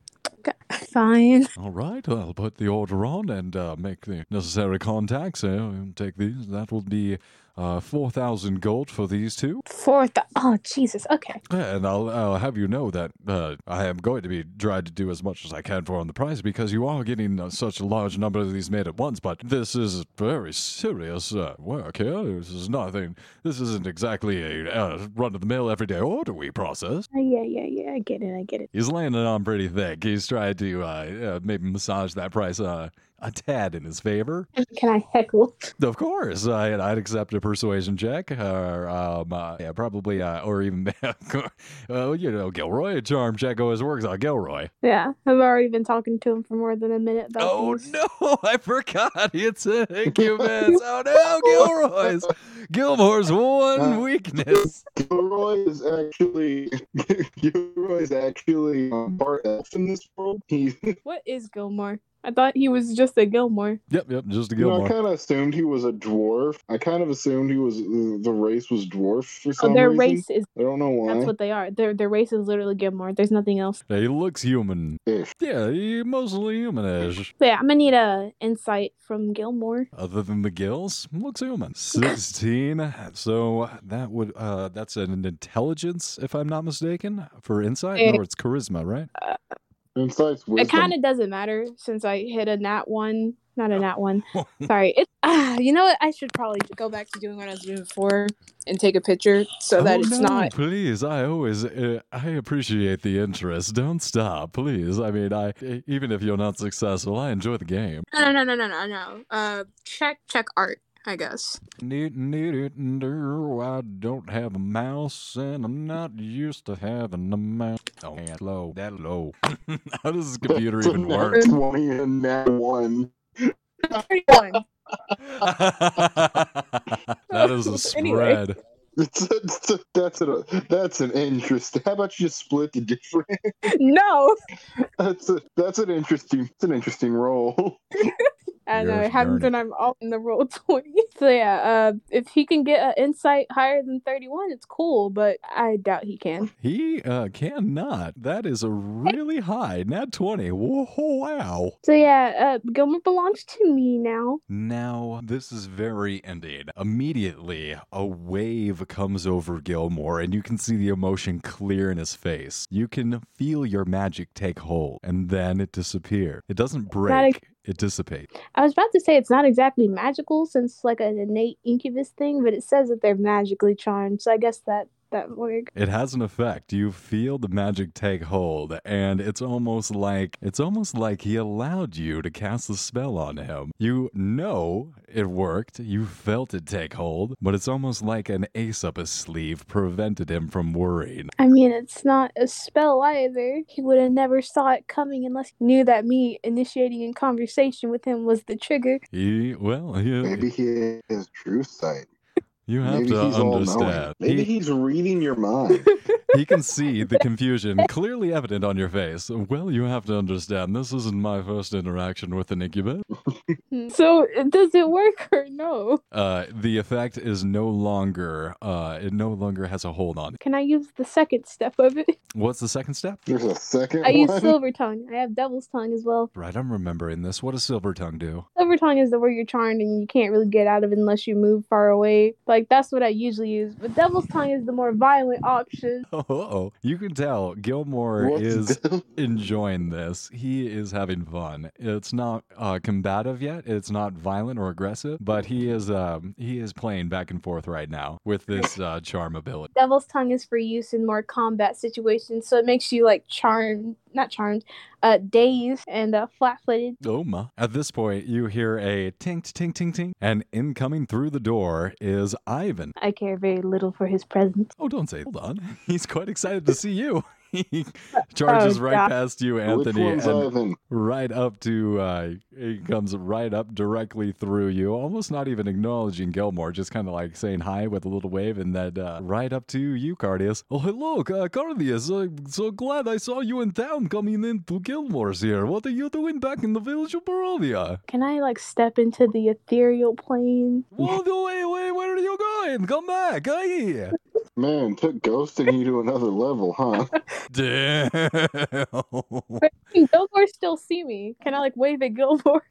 [SPEAKER 3] fine.
[SPEAKER 2] All right, I'll put the order on and uh, make the necessary contacts. Uh, and take these. That will be uh, 4,000 gold for these two.
[SPEAKER 3] Fourth. Oh Jesus. Okay.
[SPEAKER 2] And I'll, I'll have you know that uh, I am going to be trying to do as much as I can for on the price because you are getting uh, such a large number of these made at once. But this is very serious uh, work here. This is nothing. This isn't exactly a uh, run of the mill everyday order we process.
[SPEAKER 3] Uh, yeah, yeah, yeah. I get it. I get it.
[SPEAKER 2] He's landing on pretty thick. He's tried to uh, uh, maybe massage that price uh, a tad in his favor.
[SPEAKER 3] Can I heckle?
[SPEAKER 2] Of course, I, I'd accept a persuasion check, or um, uh, yeah, probably, uh, or even, uh, you know, Gilroy. A charm check always works on Gilroy.
[SPEAKER 3] Yeah, I've already been talking to him for more than a minute about
[SPEAKER 2] Oh
[SPEAKER 3] these.
[SPEAKER 2] no, I forgot it's incubus. oh no, Gilroy's Gilmore's
[SPEAKER 4] Uh,
[SPEAKER 2] one weakness.
[SPEAKER 4] Gilroy is actually Gilroy is actually um, part elf in this world. He,
[SPEAKER 3] What is Gilmore? I thought he was just a Gilmore.
[SPEAKER 2] Yep, yep, just a
[SPEAKER 4] you know, I
[SPEAKER 2] Gilmore.
[SPEAKER 4] kind of assumed he was a dwarf. I kind of assumed he was the race was dwarf for
[SPEAKER 3] Oh,
[SPEAKER 4] some
[SPEAKER 3] their
[SPEAKER 4] reason.
[SPEAKER 3] race is
[SPEAKER 4] I don't know why.
[SPEAKER 3] that's what they are. Their their race is literally Gilmore. There's nothing else.
[SPEAKER 2] He looks human.
[SPEAKER 4] Ish.
[SPEAKER 2] Yeah, he mostly humanish.
[SPEAKER 3] But yeah, I'm gonna need a insight from Gilmore.
[SPEAKER 2] Other than the gills, looks human. Sixteen. so that would uh that's an intelligence, if I'm not mistaken, for insight.
[SPEAKER 3] Eh.
[SPEAKER 2] Or it's charisma, right?
[SPEAKER 4] Insights wisdom.
[SPEAKER 3] It kind of doesn't matter since I hit a nat one. Not a nat one. Sorry. It, ah, you know what? I should probably go back to doing what I was doing before and take a picture so that
[SPEAKER 2] Oh,
[SPEAKER 3] it's
[SPEAKER 2] no,
[SPEAKER 3] not.
[SPEAKER 2] Please, I always uh, I appreciate the interest. Don't stop, please. I mean, I e, even if you're not successful, I enjoy the game.
[SPEAKER 3] No, no, no, no, no, no. Uh, check check art. I guess.
[SPEAKER 2] Need, need it, and do. I don't have a mouse, and I'm not used to having a mouse. Oh, man, low, that low. How does this computer
[SPEAKER 4] It's a
[SPEAKER 2] even
[SPEAKER 4] nat
[SPEAKER 2] work?
[SPEAKER 4] 20 and nat one.
[SPEAKER 3] Thirty-one.
[SPEAKER 2] that is a
[SPEAKER 3] Anyway.
[SPEAKER 2] spread.
[SPEAKER 4] It's a, it's a- that's a, that's an interest. How about you split the difference?
[SPEAKER 3] no.
[SPEAKER 4] That's a, that's an interesting. It's an interesting role.
[SPEAKER 3] I know
[SPEAKER 2] You're
[SPEAKER 3] it happens
[SPEAKER 2] learning.
[SPEAKER 3] when I'm all in the roll twenty. So yeah, uh, if he can get an insight higher than thirty one, it's cool. But I doubt he can.
[SPEAKER 2] He uh, cannot. That is a really high nat 20. Whoa, wow.
[SPEAKER 3] So yeah, uh, Gilmore belongs to me now.
[SPEAKER 2] Now, this is very ending. Immediately, a wave comes over Gilmore, and you can see the emotion clear in his face. You can feel your magic take hold, and then it disappear. It doesn't break, it dissipates.
[SPEAKER 3] I was about to say it's not exactly magical since it's like an innate incubus thing, but it says that they're magically charmed. So I guess that that works.
[SPEAKER 2] It has an effect. You feel the magic take hold, and it's almost like it's almost like he allowed you to cast the spell on him. You know it worked. You felt it take hold, but it's almost like an ace up his sleeve prevented him from worrying.
[SPEAKER 3] I mean, it's not a spell either. He would have never saw it coming unless he knew that me initiating a conversation with him was the trigger.
[SPEAKER 2] He well, he,
[SPEAKER 4] Maybe he has true sight.
[SPEAKER 2] you have
[SPEAKER 4] Maybe
[SPEAKER 2] to
[SPEAKER 4] he's all knowing.
[SPEAKER 2] understand.
[SPEAKER 4] Maybe
[SPEAKER 2] He-
[SPEAKER 4] he's reading your mind.
[SPEAKER 3] Hmm.
[SPEAKER 2] he can see the confusion clearly evident on your face. Well, you have to understand. This isn't my first interaction with an incubus.
[SPEAKER 3] So does it work or no?
[SPEAKER 2] uh, the effect is no longer uh, it no longer has a hold on. it.
[SPEAKER 3] Can I use the second step of it?
[SPEAKER 2] What's the second step?
[SPEAKER 4] There's
[SPEAKER 1] Mm-hmm.
[SPEAKER 4] a second
[SPEAKER 3] I use
[SPEAKER 4] one.
[SPEAKER 3] silver tongue. I have devil's tongue as well.
[SPEAKER 2] Right, I'm remembering this. What does silver tongue do?
[SPEAKER 3] Silver tongue is the word you're charmed and you can't really get out of unless you move far away. Like that's what I usually use. But devil's tongue is the more violent option.
[SPEAKER 2] Oh, oh, you can tell Gilmore
[SPEAKER 4] What's
[SPEAKER 2] is
[SPEAKER 4] the-
[SPEAKER 2] enjoying this. He is having fun. It's not uh, combative yet. It's not violent or aggressive, but he is um, he is playing back and forth right now with this uh, charm ability.
[SPEAKER 3] Devil's tongue is for use in more combat situations, so it makes you like charmed, not charmed, uh, dazed and uh, flat-footed.
[SPEAKER 2] Oh my. At this point, you hear a tink, tink, tink, tink, and incoming through the door is Ivan.
[SPEAKER 3] I care very little for his presence.
[SPEAKER 2] Oh, don't say. Hold on. He's quite excited to see you. he charges
[SPEAKER 3] Oh,
[SPEAKER 2] right
[SPEAKER 3] God.
[SPEAKER 2] past you,
[SPEAKER 4] Which
[SPEAKER 2] Anthony,
[SPEAKER 4] one's
[SPEAKER 2] and
[SPEAKER 4] Ivan?
[SPEAKER 2] right up to. Uh, he comes right up directly through you, almost not even acknowledging Gilmore, just kind of like saying hi with a little wave, and then uh, right up to you, Cardius. Oh, hello, uh, Cardius. I'm so glad I saw you in town coming into Gilmore's here. What are you doing back in the village of Barovia?
[SPEAKER 3] Can I like step into the ethereal plane?
[SPEAKER 2] Whoa, wait, wait, where are you going? Come back. Hey.
[SPEAKER 4] Man, took ghosting you to another level, huh?
[SPEAKER 2] Damn.
[SPEAKER 3] Can Gilmore still see me? Can I like wave at Gilmore?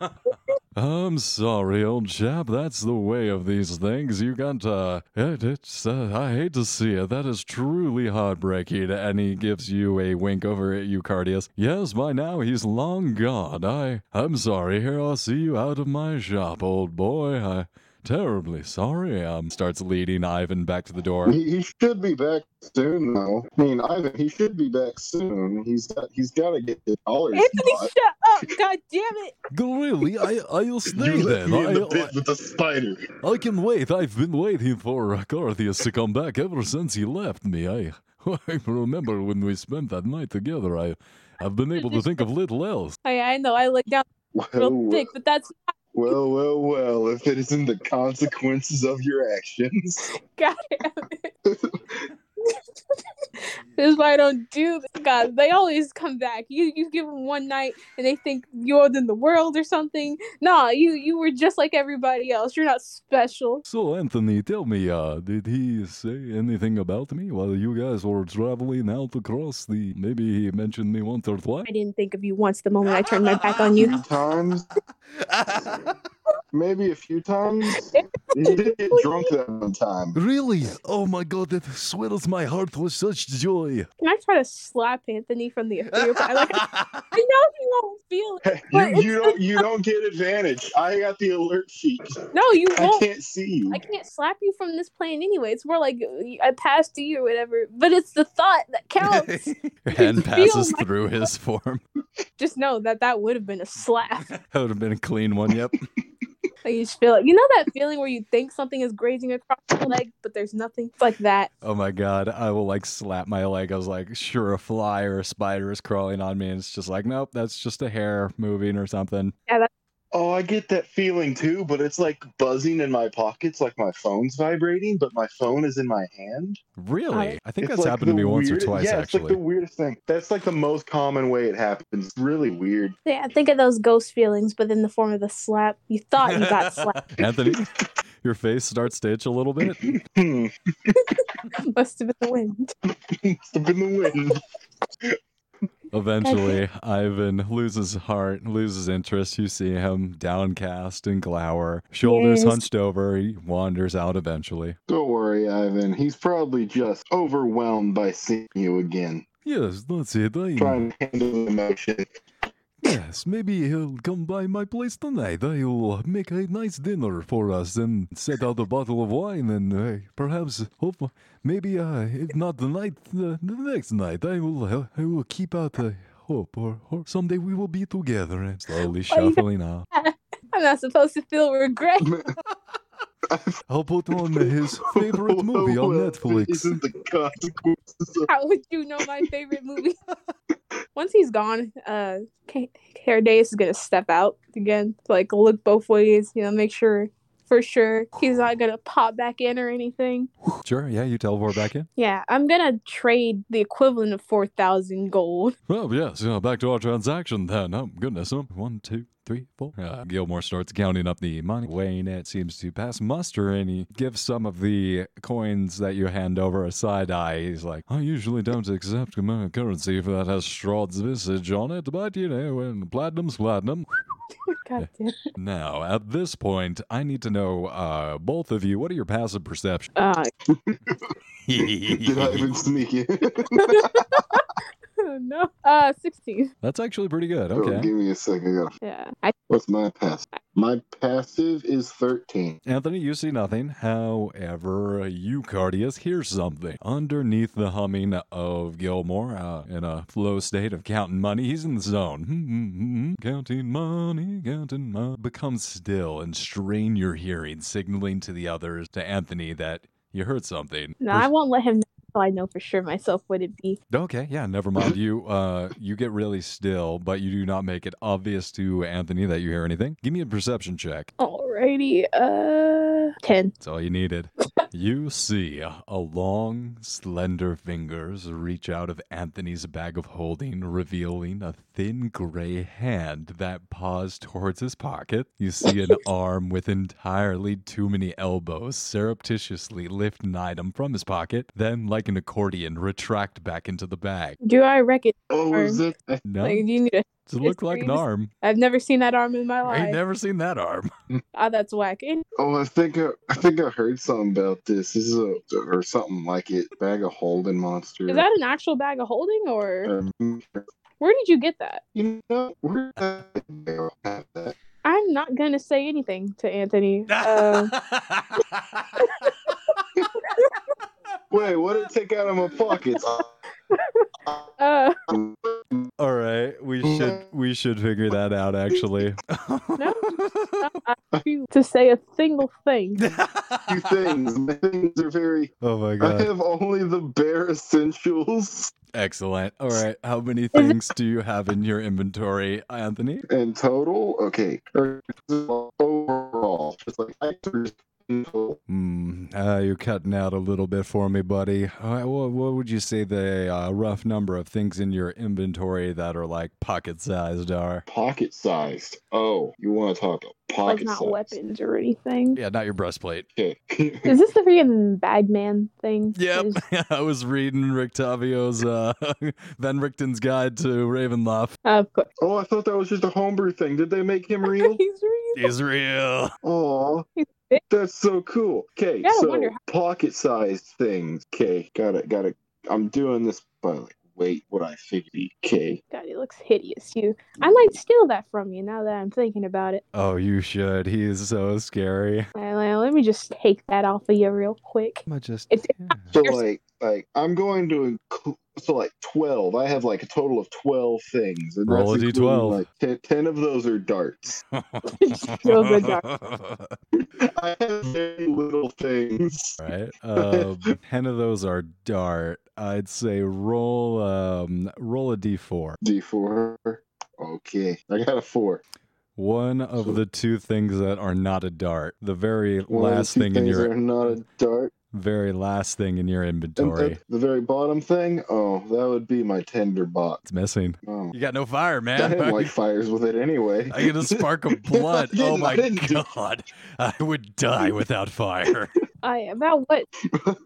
[SPEAKER 2] I'm sorry, old chap. That's the way of these things. You got uh, it, it's. Uh, I hate to see it. That is truly heartbreaking. And he gives you a wink over at Eucardius. Yes, by now he's long gone. I, I'm sorry. Here, I'll see you out of my shop, old boy. I, terribly sorry. Um, starts leading Ivan back to the door.
[SPEAKER 4] He, he should be back soon, though. I mean, Ivan, he should be back soon. He's got he's got to get the dollars.
[SPEAKER 3] Anthony,
[SPEAKER 4] bought.
[SPEAKER 3] shut up! God damn it!
[SPEAKER 2] Really? I, I'll stay
[SPEAKER 4] You left
[SPEAKER 2] then.
[SPEAKER 4] me in
[SPEAKER 2] I,
[SPEAKER 4] the
[SPEAKER 2] I,
[SPEAKER 4] pit with the spider.
[SPEAKER 2] I can wait. I've been waiting for Carthius to come back ever since he left me. I, I remember when we spent that night together. I, I've been able to think of little else.
[SPEAKER 3] I, Oh, I know I look down real
[SPEAKER 4] Well,
[SPEAKER 3] thick, but that's
[SPEAKER 4] well, well, well. If it isn't the consequences of your actions,
[SPEAKER 3] God damn it. this is why I don't do this. God, they always come back. You you give them one night and they think you're than the world or something. Nah, you you were just like everybody else. You're not special.
[SPEAKER 2] So, Anthony, tell me, uh, did he say anything about me while you guys were traveling out across the? Maybe he mentioned me once or twice.
[SPEAKER 3] I didn't think of you once the moment I turned my back on you.
[SPEAKER 4] few times, maybe a few times. He did get drunk that one time.
[SPEAKER 2] Really? Oh my God! It swells my heart with such joy.
[SPEAKER 3] Can I try to slap Anthony from the ethereal? I, like, I know he won't feel
[SPEAKER 4] You,
[SPEAKER 3] it.
[SPEAKER 4] you don't you don't get advantage. I got the alert sheet.
[SPEAKER 3] No, you
[SPEAKER 4] I
[SPEAKER 3] won't.
[SPEAKER 4] can't see you.
[SPEAKER 3] I can't slap you from this plane anyway. It's more like uh, I passed you or whatever. But it's the thought that counts.
[SPEAKER 2] Hand passes
[SPEAKER 3] Feel my-
[SPEAKER 2] through his form.
[SPEAKER 3] Just know that that would have been a slap.
[SPEAKER 2] That would have been a clean one. Yep.
[SPEAKER 3] Like you just feel you know that feeling where you think something is grazing across your leg, but there's nothing. It's like that.
[SPEAKER 2] Oh my god, I will like slap my leg. I was like, sure, a fly or a spider is crawling on me, and it's just like, nope, that's just a hair moving or something.
[SPEAKER 5] Oh, I get that feeling too, but it's like buzzing in my pockets, like my phone's vibrating, but my phone is in my hand.
[SPEAKER 2] Really?
[SPEAKER 3] I-
[SPEAKER 2] I think
[SPEAKER 5] It's
[SPEAKER 2] that's
[SPEAKER 5] like
[SPEAKER 2] happened to
[SPEAKER 5] the
[SPEAKER 2] me once or
[SPEAKER 5] weird-
[SPEAKER 2] twice,
[SPEAKER 5] yeah, it's like
[SPEAKER 2] actually.
[SPEAKER 5] the weirdest thing. That's like the most common way it happens. It's really weird.
[SPEAKER 3] Yeah, think of those ghost feelings, but in the form of a slap. You thought you got slapped.
[SPEAKER 2] Anthony, your face starts to itch a little bit.
[SPEAKER 5] Hmm.
[SPEAKER 3] Must have been the wind.
[SPEAKER 5] It's been the wind.
[SPEAKER 2] Eventually, Ivan loses heart, loses interest. You see him downcast and glower, shoulders
[SPEAKER 3] Yes.
[SPEAKER 2] hunched over. He wanders out eventually.
[SPEAKER 1] Don't worry, Ivan. He's probably just overwhelmed by seeing you again.
[SPEAKER 2] Yes, that's it. I-
[SPEAKER 1] Trying to handle the emotion.
[SPEAKER 2] yes, maybe he'll come by my place tonight. I'll make a nice dinner for us and set out a bottle of wine and uh, perhaps, hope, maybe uh, if not tonight, uh, the next night, I will, uh, I will keep out uh, hope or, or someday we will be together. And slowly
[SPEAKER 3] Why you-
[SPEAKER 2] shuffling off.
[SPEAKER 3] I'm not supposed to feel regret.
[SPEAKER 2] I'll put on his favorite movie on
[SPEAKER 1] Oh, Well,
[SPEAKER 2] Netflix.
[SPEAKER 1] this is the consequences of-
[SPEAKER 3] How would you know my favorite movie? Once he's gone, uh, K- Herdaeus is gonna step out again, to, like look both ways, you know, make sure for sure he's not gonna pop back in or anything.
[SPEAKER 2] Sure, yeah, you teleport back in.
[SPEAKER 3] Yeah, I'm gonna trade the equivalent of four thousand gold.
[SPEAKER 2] Well, yes, yeah, back to our transaction then. Oh, goodness. Um, one, two, three, four. Uh, Gilmore starts counting up the money. Wayne, it seems to pass muster, and he gives some of the coins that you hand over a side eye. He's like, I usually don't accept American currency if that has Strahd's visage on it, but you know, when platinum's platinum.
[SPEAKER 3] God damn.
[SPEAKER 2] Now, at this point, I need to know, uh, both of you, what are your passive perceptions?
[SPEAKER 3] Uh,
[SPEAKER 1] Did I even sneak in?
[SPEAKER 3] oh no. Uh, sixteen.
[SPEAKER 2] That's actually pretty good.
[SPEAKER 1] Oh,
[SPEAKER 2] Okay.
[SPEAKER 1] give me a second. I gotta-
[SPEAKER 3] Yeah. I
[SPEAKER 1] What's my passive? My passive is 13.
[SPEAKER 2] Anthony, you see nothing. However, Eucardius hears something. Underneath the humming of Gilmore, uh, in a flow state of counting money, he's in the zone. Hmm, hmm, hmm, hmm. counting money, counting money. Become still and strain your hearing, signaling to the others, to Anthony, that you heard something.
[SPEAKER 3] no, I won't let him know until I know for sure myself what it be.
[SPEAKER 2] Okay, yeah, never mind. You uh you get really still, but you do not make it obvious to Anthony that you hear anything. Give me a perception check.
[SPEAKER 3] Alrighty. Uh, ten.
[SPEAKER 2] That's all you needed. you see a long, slender fingers reach out of Anthony's bag of holding, revealing a thin gray hand that paws towards his pocket. You see an arm with entirely too many elbows surreptitiously lift an item from his pocket, then, like an accordion, retract back into the bag.
[SPEAKER 3] Do I reckon?
[SPEAKER 1] Oh, is it?
[SPEAKER 2] No,
[SPEAKER 3] Like, do you need a?
[SPEAKER 2] it looked like an
[SPEAKER 3] screams-
[SPEAKER 2] arm.
[SPEAKER 3] I've never seen that arm in my
[SPEAKER 2] I
[SPEAKER 3] life.
[SPEAKER 2] ain't never seen that arm.
[SPEAKER 3] Ah, that's whack. And
[SPEAKER 1] Oh, I think I, I think I heard something about this. This is a or something like it. Bag of holding monster.
[SPEAKER 3] is that an actual bag of holding, or
[SPEAKER 1] Um,
[SPEAKER 3] where did you get that?
[SPEAKER 1] you know, where did I have that?
[SPEAKER 3] I'm not gonna say anything to Anthony. Uh,
[SPEAKER 1] Wait, what did it take out of my pockets?
[SPEAKER 3] uh,
[SPEAKER 2] All right, we should we should figure that out actually.
[SPEAKER 3] No. you- to say a single thing.
[SPEAKER 1] Two things. My things are very.
[SPEAKER 2] oh my
[SPEAKER 1] I
[SPEAKER 2] god.
[SPEAKER 1] have only the bare essentials.
[SPEAKER 2] Excellent. All right, how many things do you have in your inventory, Anthony?
[SPEAKER 1] In total, okay. Or Overall, it's like I in total.
[SPEAKER 2] Hmm, uh, you're cutting out a little bit for me, buddy. All right, what, what would you say the uh, rough number of things in your inventory that are like pocket-sized are?
[SPEAKER 1] pocket sized. Oh, you want to talk
[SPEAKER 3] Like
[SPEAKER 1] pocket
[SPEAKER 3] not
[SPEAKER 1] sized?
[SPEAKER 3] weapons or anything.
[SPEAKER 2] Yeah, not your breastplate.
[SPEAKER 1] Okay.
[SPEAKER 3] Is this the freaking Bagman thing?
[SPEAKER 2] Yep,
[SPEAKER 3] Is-
[SPEAKER 2] I was reading Rick Tavio's uh, Van Richten's Guide to Ravenloft.
[SPEAKER 3] Uh, of course.
[SPEAKER 1] oh, I thought that was just a homebrew thing. Did they make him real?
[SPEAKER 3] He's real.
[SPEAKER 2] Is real.
[SPEAKER 1] Aw,
[SPEAKER 3] He's big.
[SPEAKER 1] that's so cool. Okay,
[SPEAKER 3] Yeah, I
[SPEAKER 1] so
[SPEAKER 3] wonder how-
[SPEAKER 1] pocket sized things. Okay, got it, got it. I'm doing this by like wait what I figured. Okay,
[SPEAKER 3] God, he looks hideous. You, I might steal that from you now that I'm thinking about it.
[SPEAKER 2] Oh, you should. He is so scary.
[SPEAKER 3] Uh, let me just take that off of you real quick.
[SPEAKER 2] I just.
[SPEAKER 3] It's-
[SPEAKER 1] so
[SPEAKER 3] Here's-
[SPEAKER 1] like like I'm going to include. So like twelve, I have like a total of twelve things, and
[SPEAKER 2] Roll
[SPEAKER 1] that's
[SPEAKER 2] a
[SPEAKER 1] including,
[SPEAKER 2] D12.
[SPEAKER 1] Like 10, 10 of those are darts.
[SPEAKER 3] Still good job.
[SPEAKER 1] I have very little things.
[SPEAKER 2] right. Uh, ten of those are dart. I'd say roll um roll a d4.
[SPEAKER 1] D4. Okay. I got a four.
[SPEAKER 2] One of the two things that are not a dart. The very
[SPEAKER 1] One of the
[SPEAKER 2] last
[SPEAKER 1] two
[SPEAKER 2] thing in
[SPEAKER 1] things
[SPEAKER 2] your
[SPEAKER 1] are not a dart.
[SPEAKER 2] very last thing in your
[SPEAKER 1] And
[SPEAKER 2] inventory.
[SPEAKER 1] at the very bottom thing, oh, that would be my tender box.
[SPEAKER 2] It's missing.
[SPEAKER 1] Oh.
[SPEAKER 2] You got no fire,
[SPEAKER 1] I
[SPEAKER 2] man.
[SPEAKER 1] had
[SPEAKER 2] Fucking-
[SPEAKER 1] light fires with it anyway.
[SPEAKER 2] I get a spark of blood.
[SPEAKER 1] I
[SPEAKER 2] oh
[SPEAKER 1] didn't-
[SPEAKER 2] my
[SPEAKER 1] I didn't do-
[SPEAKER 2] god. I would die without fire.
[SPEAKER 3] I, about what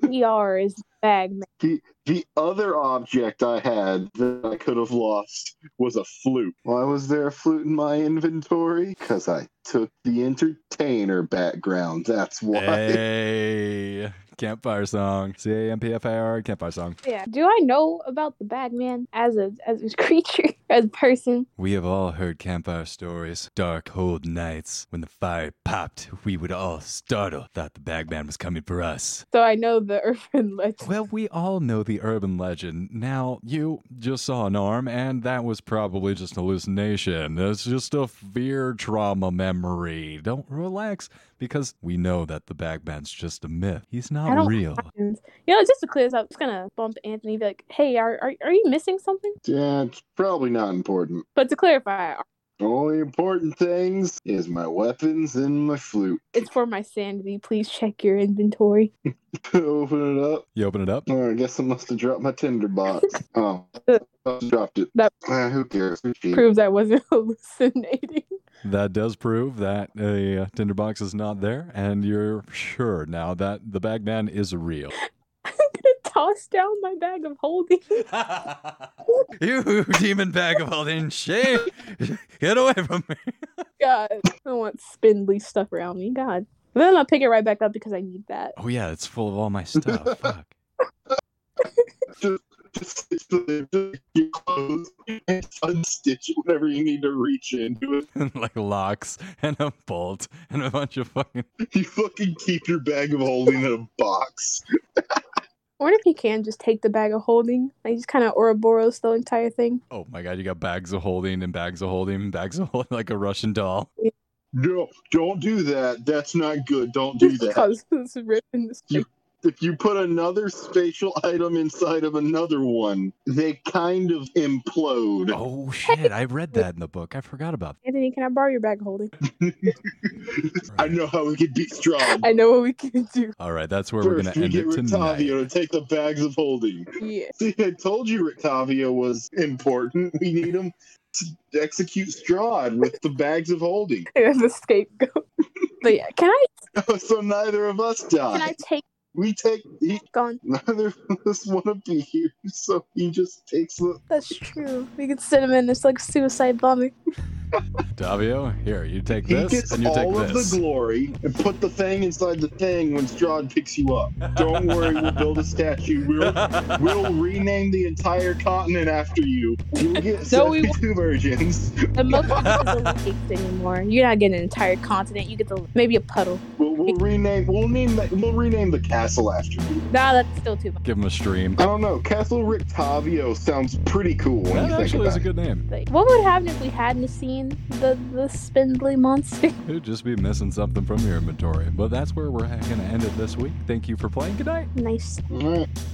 [SPEAKER 3] ER is bag man?
[SPEAKER 1] The the other object I had that I could have lost was a flute. Why was there a flute in my inventory? Because I took the entertainer background. That's why.
[SPEAKER 2] Eh. hey. Campfire song. C A M P F I R campfire song.
[SPEAKER 3] Yeah. Do I know about the bag man as a as a creature as a person?
[SPEAKER 2] We have all heard campfire stories. Dark, cold nights. When the fire popped, we would all startle. Thought the bagman was coming for us.
[SPEAKER 3] So I know the urban legend.
[SPEAKER 2] Well, we all know the urban legend. Now, you just saw an arm, and that was probably just an hallucination. It's just a fear trauma memory. Don't relax, because we know that the Bagman's just a myth. He's
[SPEAKER 3] I
[SPEAKER 2] not
[SPEAKER 3] don't-
[SPEAKER 2] real.
[SPEAKER 3] You know, just to clear this up, it's gonna bump Anthony. Be like, hey, are, are are you missing something?
[SPEAKER 1] Yeah, it's probably not important.
[SPEAKER 3] But to clarify,
[SPEAKER 1] The only important things is my weapons and my flute.
[SPEAKER 3] it's for my sanity. Please check your inventory.
[SPEAKER 1] Open it up.
[SPEAKER 2] You open it up?
[SPEAKER 1] Oh, I guess I must have dropped my tinder box. oh, I dropped it.
[SPEAKER 3] That-
[SPEAKER 1] Ah, who cares? Who cares?
[SPEAKER 3] Proves I wasn't hallucinating.
[SPEAKER 2] That does prove that a uh, tinderbox is not there, and you're sure now that the Bagman is real.
[SPEAKER 3] I'm gonna toss down my bag of holding.
[SPEAKER 2] you demon bag of holding shame! Get away from me!
[SPEAKER 3] God, I don't want spindly stuff around me. God. But then I'll pick it right back up because I need that.
[SPEAKER 2] Oh yeah, it's full of all my stuff. Fuck.
[SPEAKER 1] just, just stitch the just your clothes and unstitch whatever you need to reach into it.
[SPEAKER 2] and like locks and a bolt and a bunch of fucking
[SPEAKER 1] You fucking keep your bag of holding in a box.
[SPEAKER 3] I wonder if he can just take the bag of holding. Like just kind of Ouroboros the entire thing.
[SPEAKER 2] oh my god you got bags of holding and bags of holding and bags of holding like a russian doll
[SPEAKER 1] No, don't do that. That's not good. Don't do
[SPEAKER 3] Just
[SPEAKER 1] that.
[SPEAKER 3] cause this rip in this.
[SPEAKER 1] You- If you put another spatial item inside of another one, they kind of implode.
[SPEAKER 2] oh shit i read that in the book i forgot about
[SPEAKER 3] Anthony, can I borrow your bag of holding?
[SPEAKER 2] that
[SPEAKER 1] I know how we could beat strong.
[SPEAKER 3] I know what we can do.
[SPEAKER 2] all right that's where we're
[SPEAKER 1] First,
[SPEAKER 2] gonna
[SPEAKER 1] we
[SPEAKER 2] end
[SPEAKER 1] get
[SPEAKER 2] it tonight
[SPEAKER 1] Rictavio to take the bags of holding.
[SPEAKER 3] Yeah.
[SPEAKER 1] See, I told you Rictavia was important. We need him to execute Strahd with the bags of holding.
[SPEAKER 3] And the scapegoat. But yeah, can I
[SPEAKER 1] so neither of us
[SPEAKER 3] can
[SPEAKER 1] die.
[SPEAKER 3] I take
[SPEAKER 1] We take he,
[SPEAKER 3] gone?
[SPEAKER 1] neither of us want to be here, so he just takes the.
[SPEAKER 3] That's true. We could send him in as like suicide bomber.
[SPEAKER 2] davio here you take
[SPEAKER 1] He
[SPEAKER 2] this
[SPEAKER 1] gets
[SPEAKER 2] and you take
[SPEAKER 1] all of
[SPEAKER 2] this
[SPEAKER 1] the glory and put the thing inside the thing when Strahd picks you up. Don't worry, we'll build a statue. We'll we'll rename the entire continent after you. You'll get
[SPEAKER 3] No, we
[SPEAKER 1] 72 versions.
[SPEAKER 3] The most is a lake anymore. You're not getting an entire continent. You get the maybe a puddle.
[SPEAKER 1] We'll, we'll rename we'll name the, we'll rename the castle after you.
[SPEAKER 3] Nah, that's still too much.
[SPEAKER 2] give him a stream
[SPEAKER 1] I don't know. Castle Rictavio sounds pretty cool when
[SPEAKER 2] that
[SPEAKER 1] you think
[SPEAKER 2] actually is
[SPEAKER 1] about
[SPEAKER 2] a
[SPEAKER 1] it.
[SPEAKER 2] good name
[SPEAKER 3] Like, what would happen if we hadn't seen the the spindly monster?
[SPEAKER 2] you'd just be missing something from your inventory but that's where we're gonna end it this week thank you for playing good night
[SPEAKER 3] nice.
[SPEAKER 1] All right.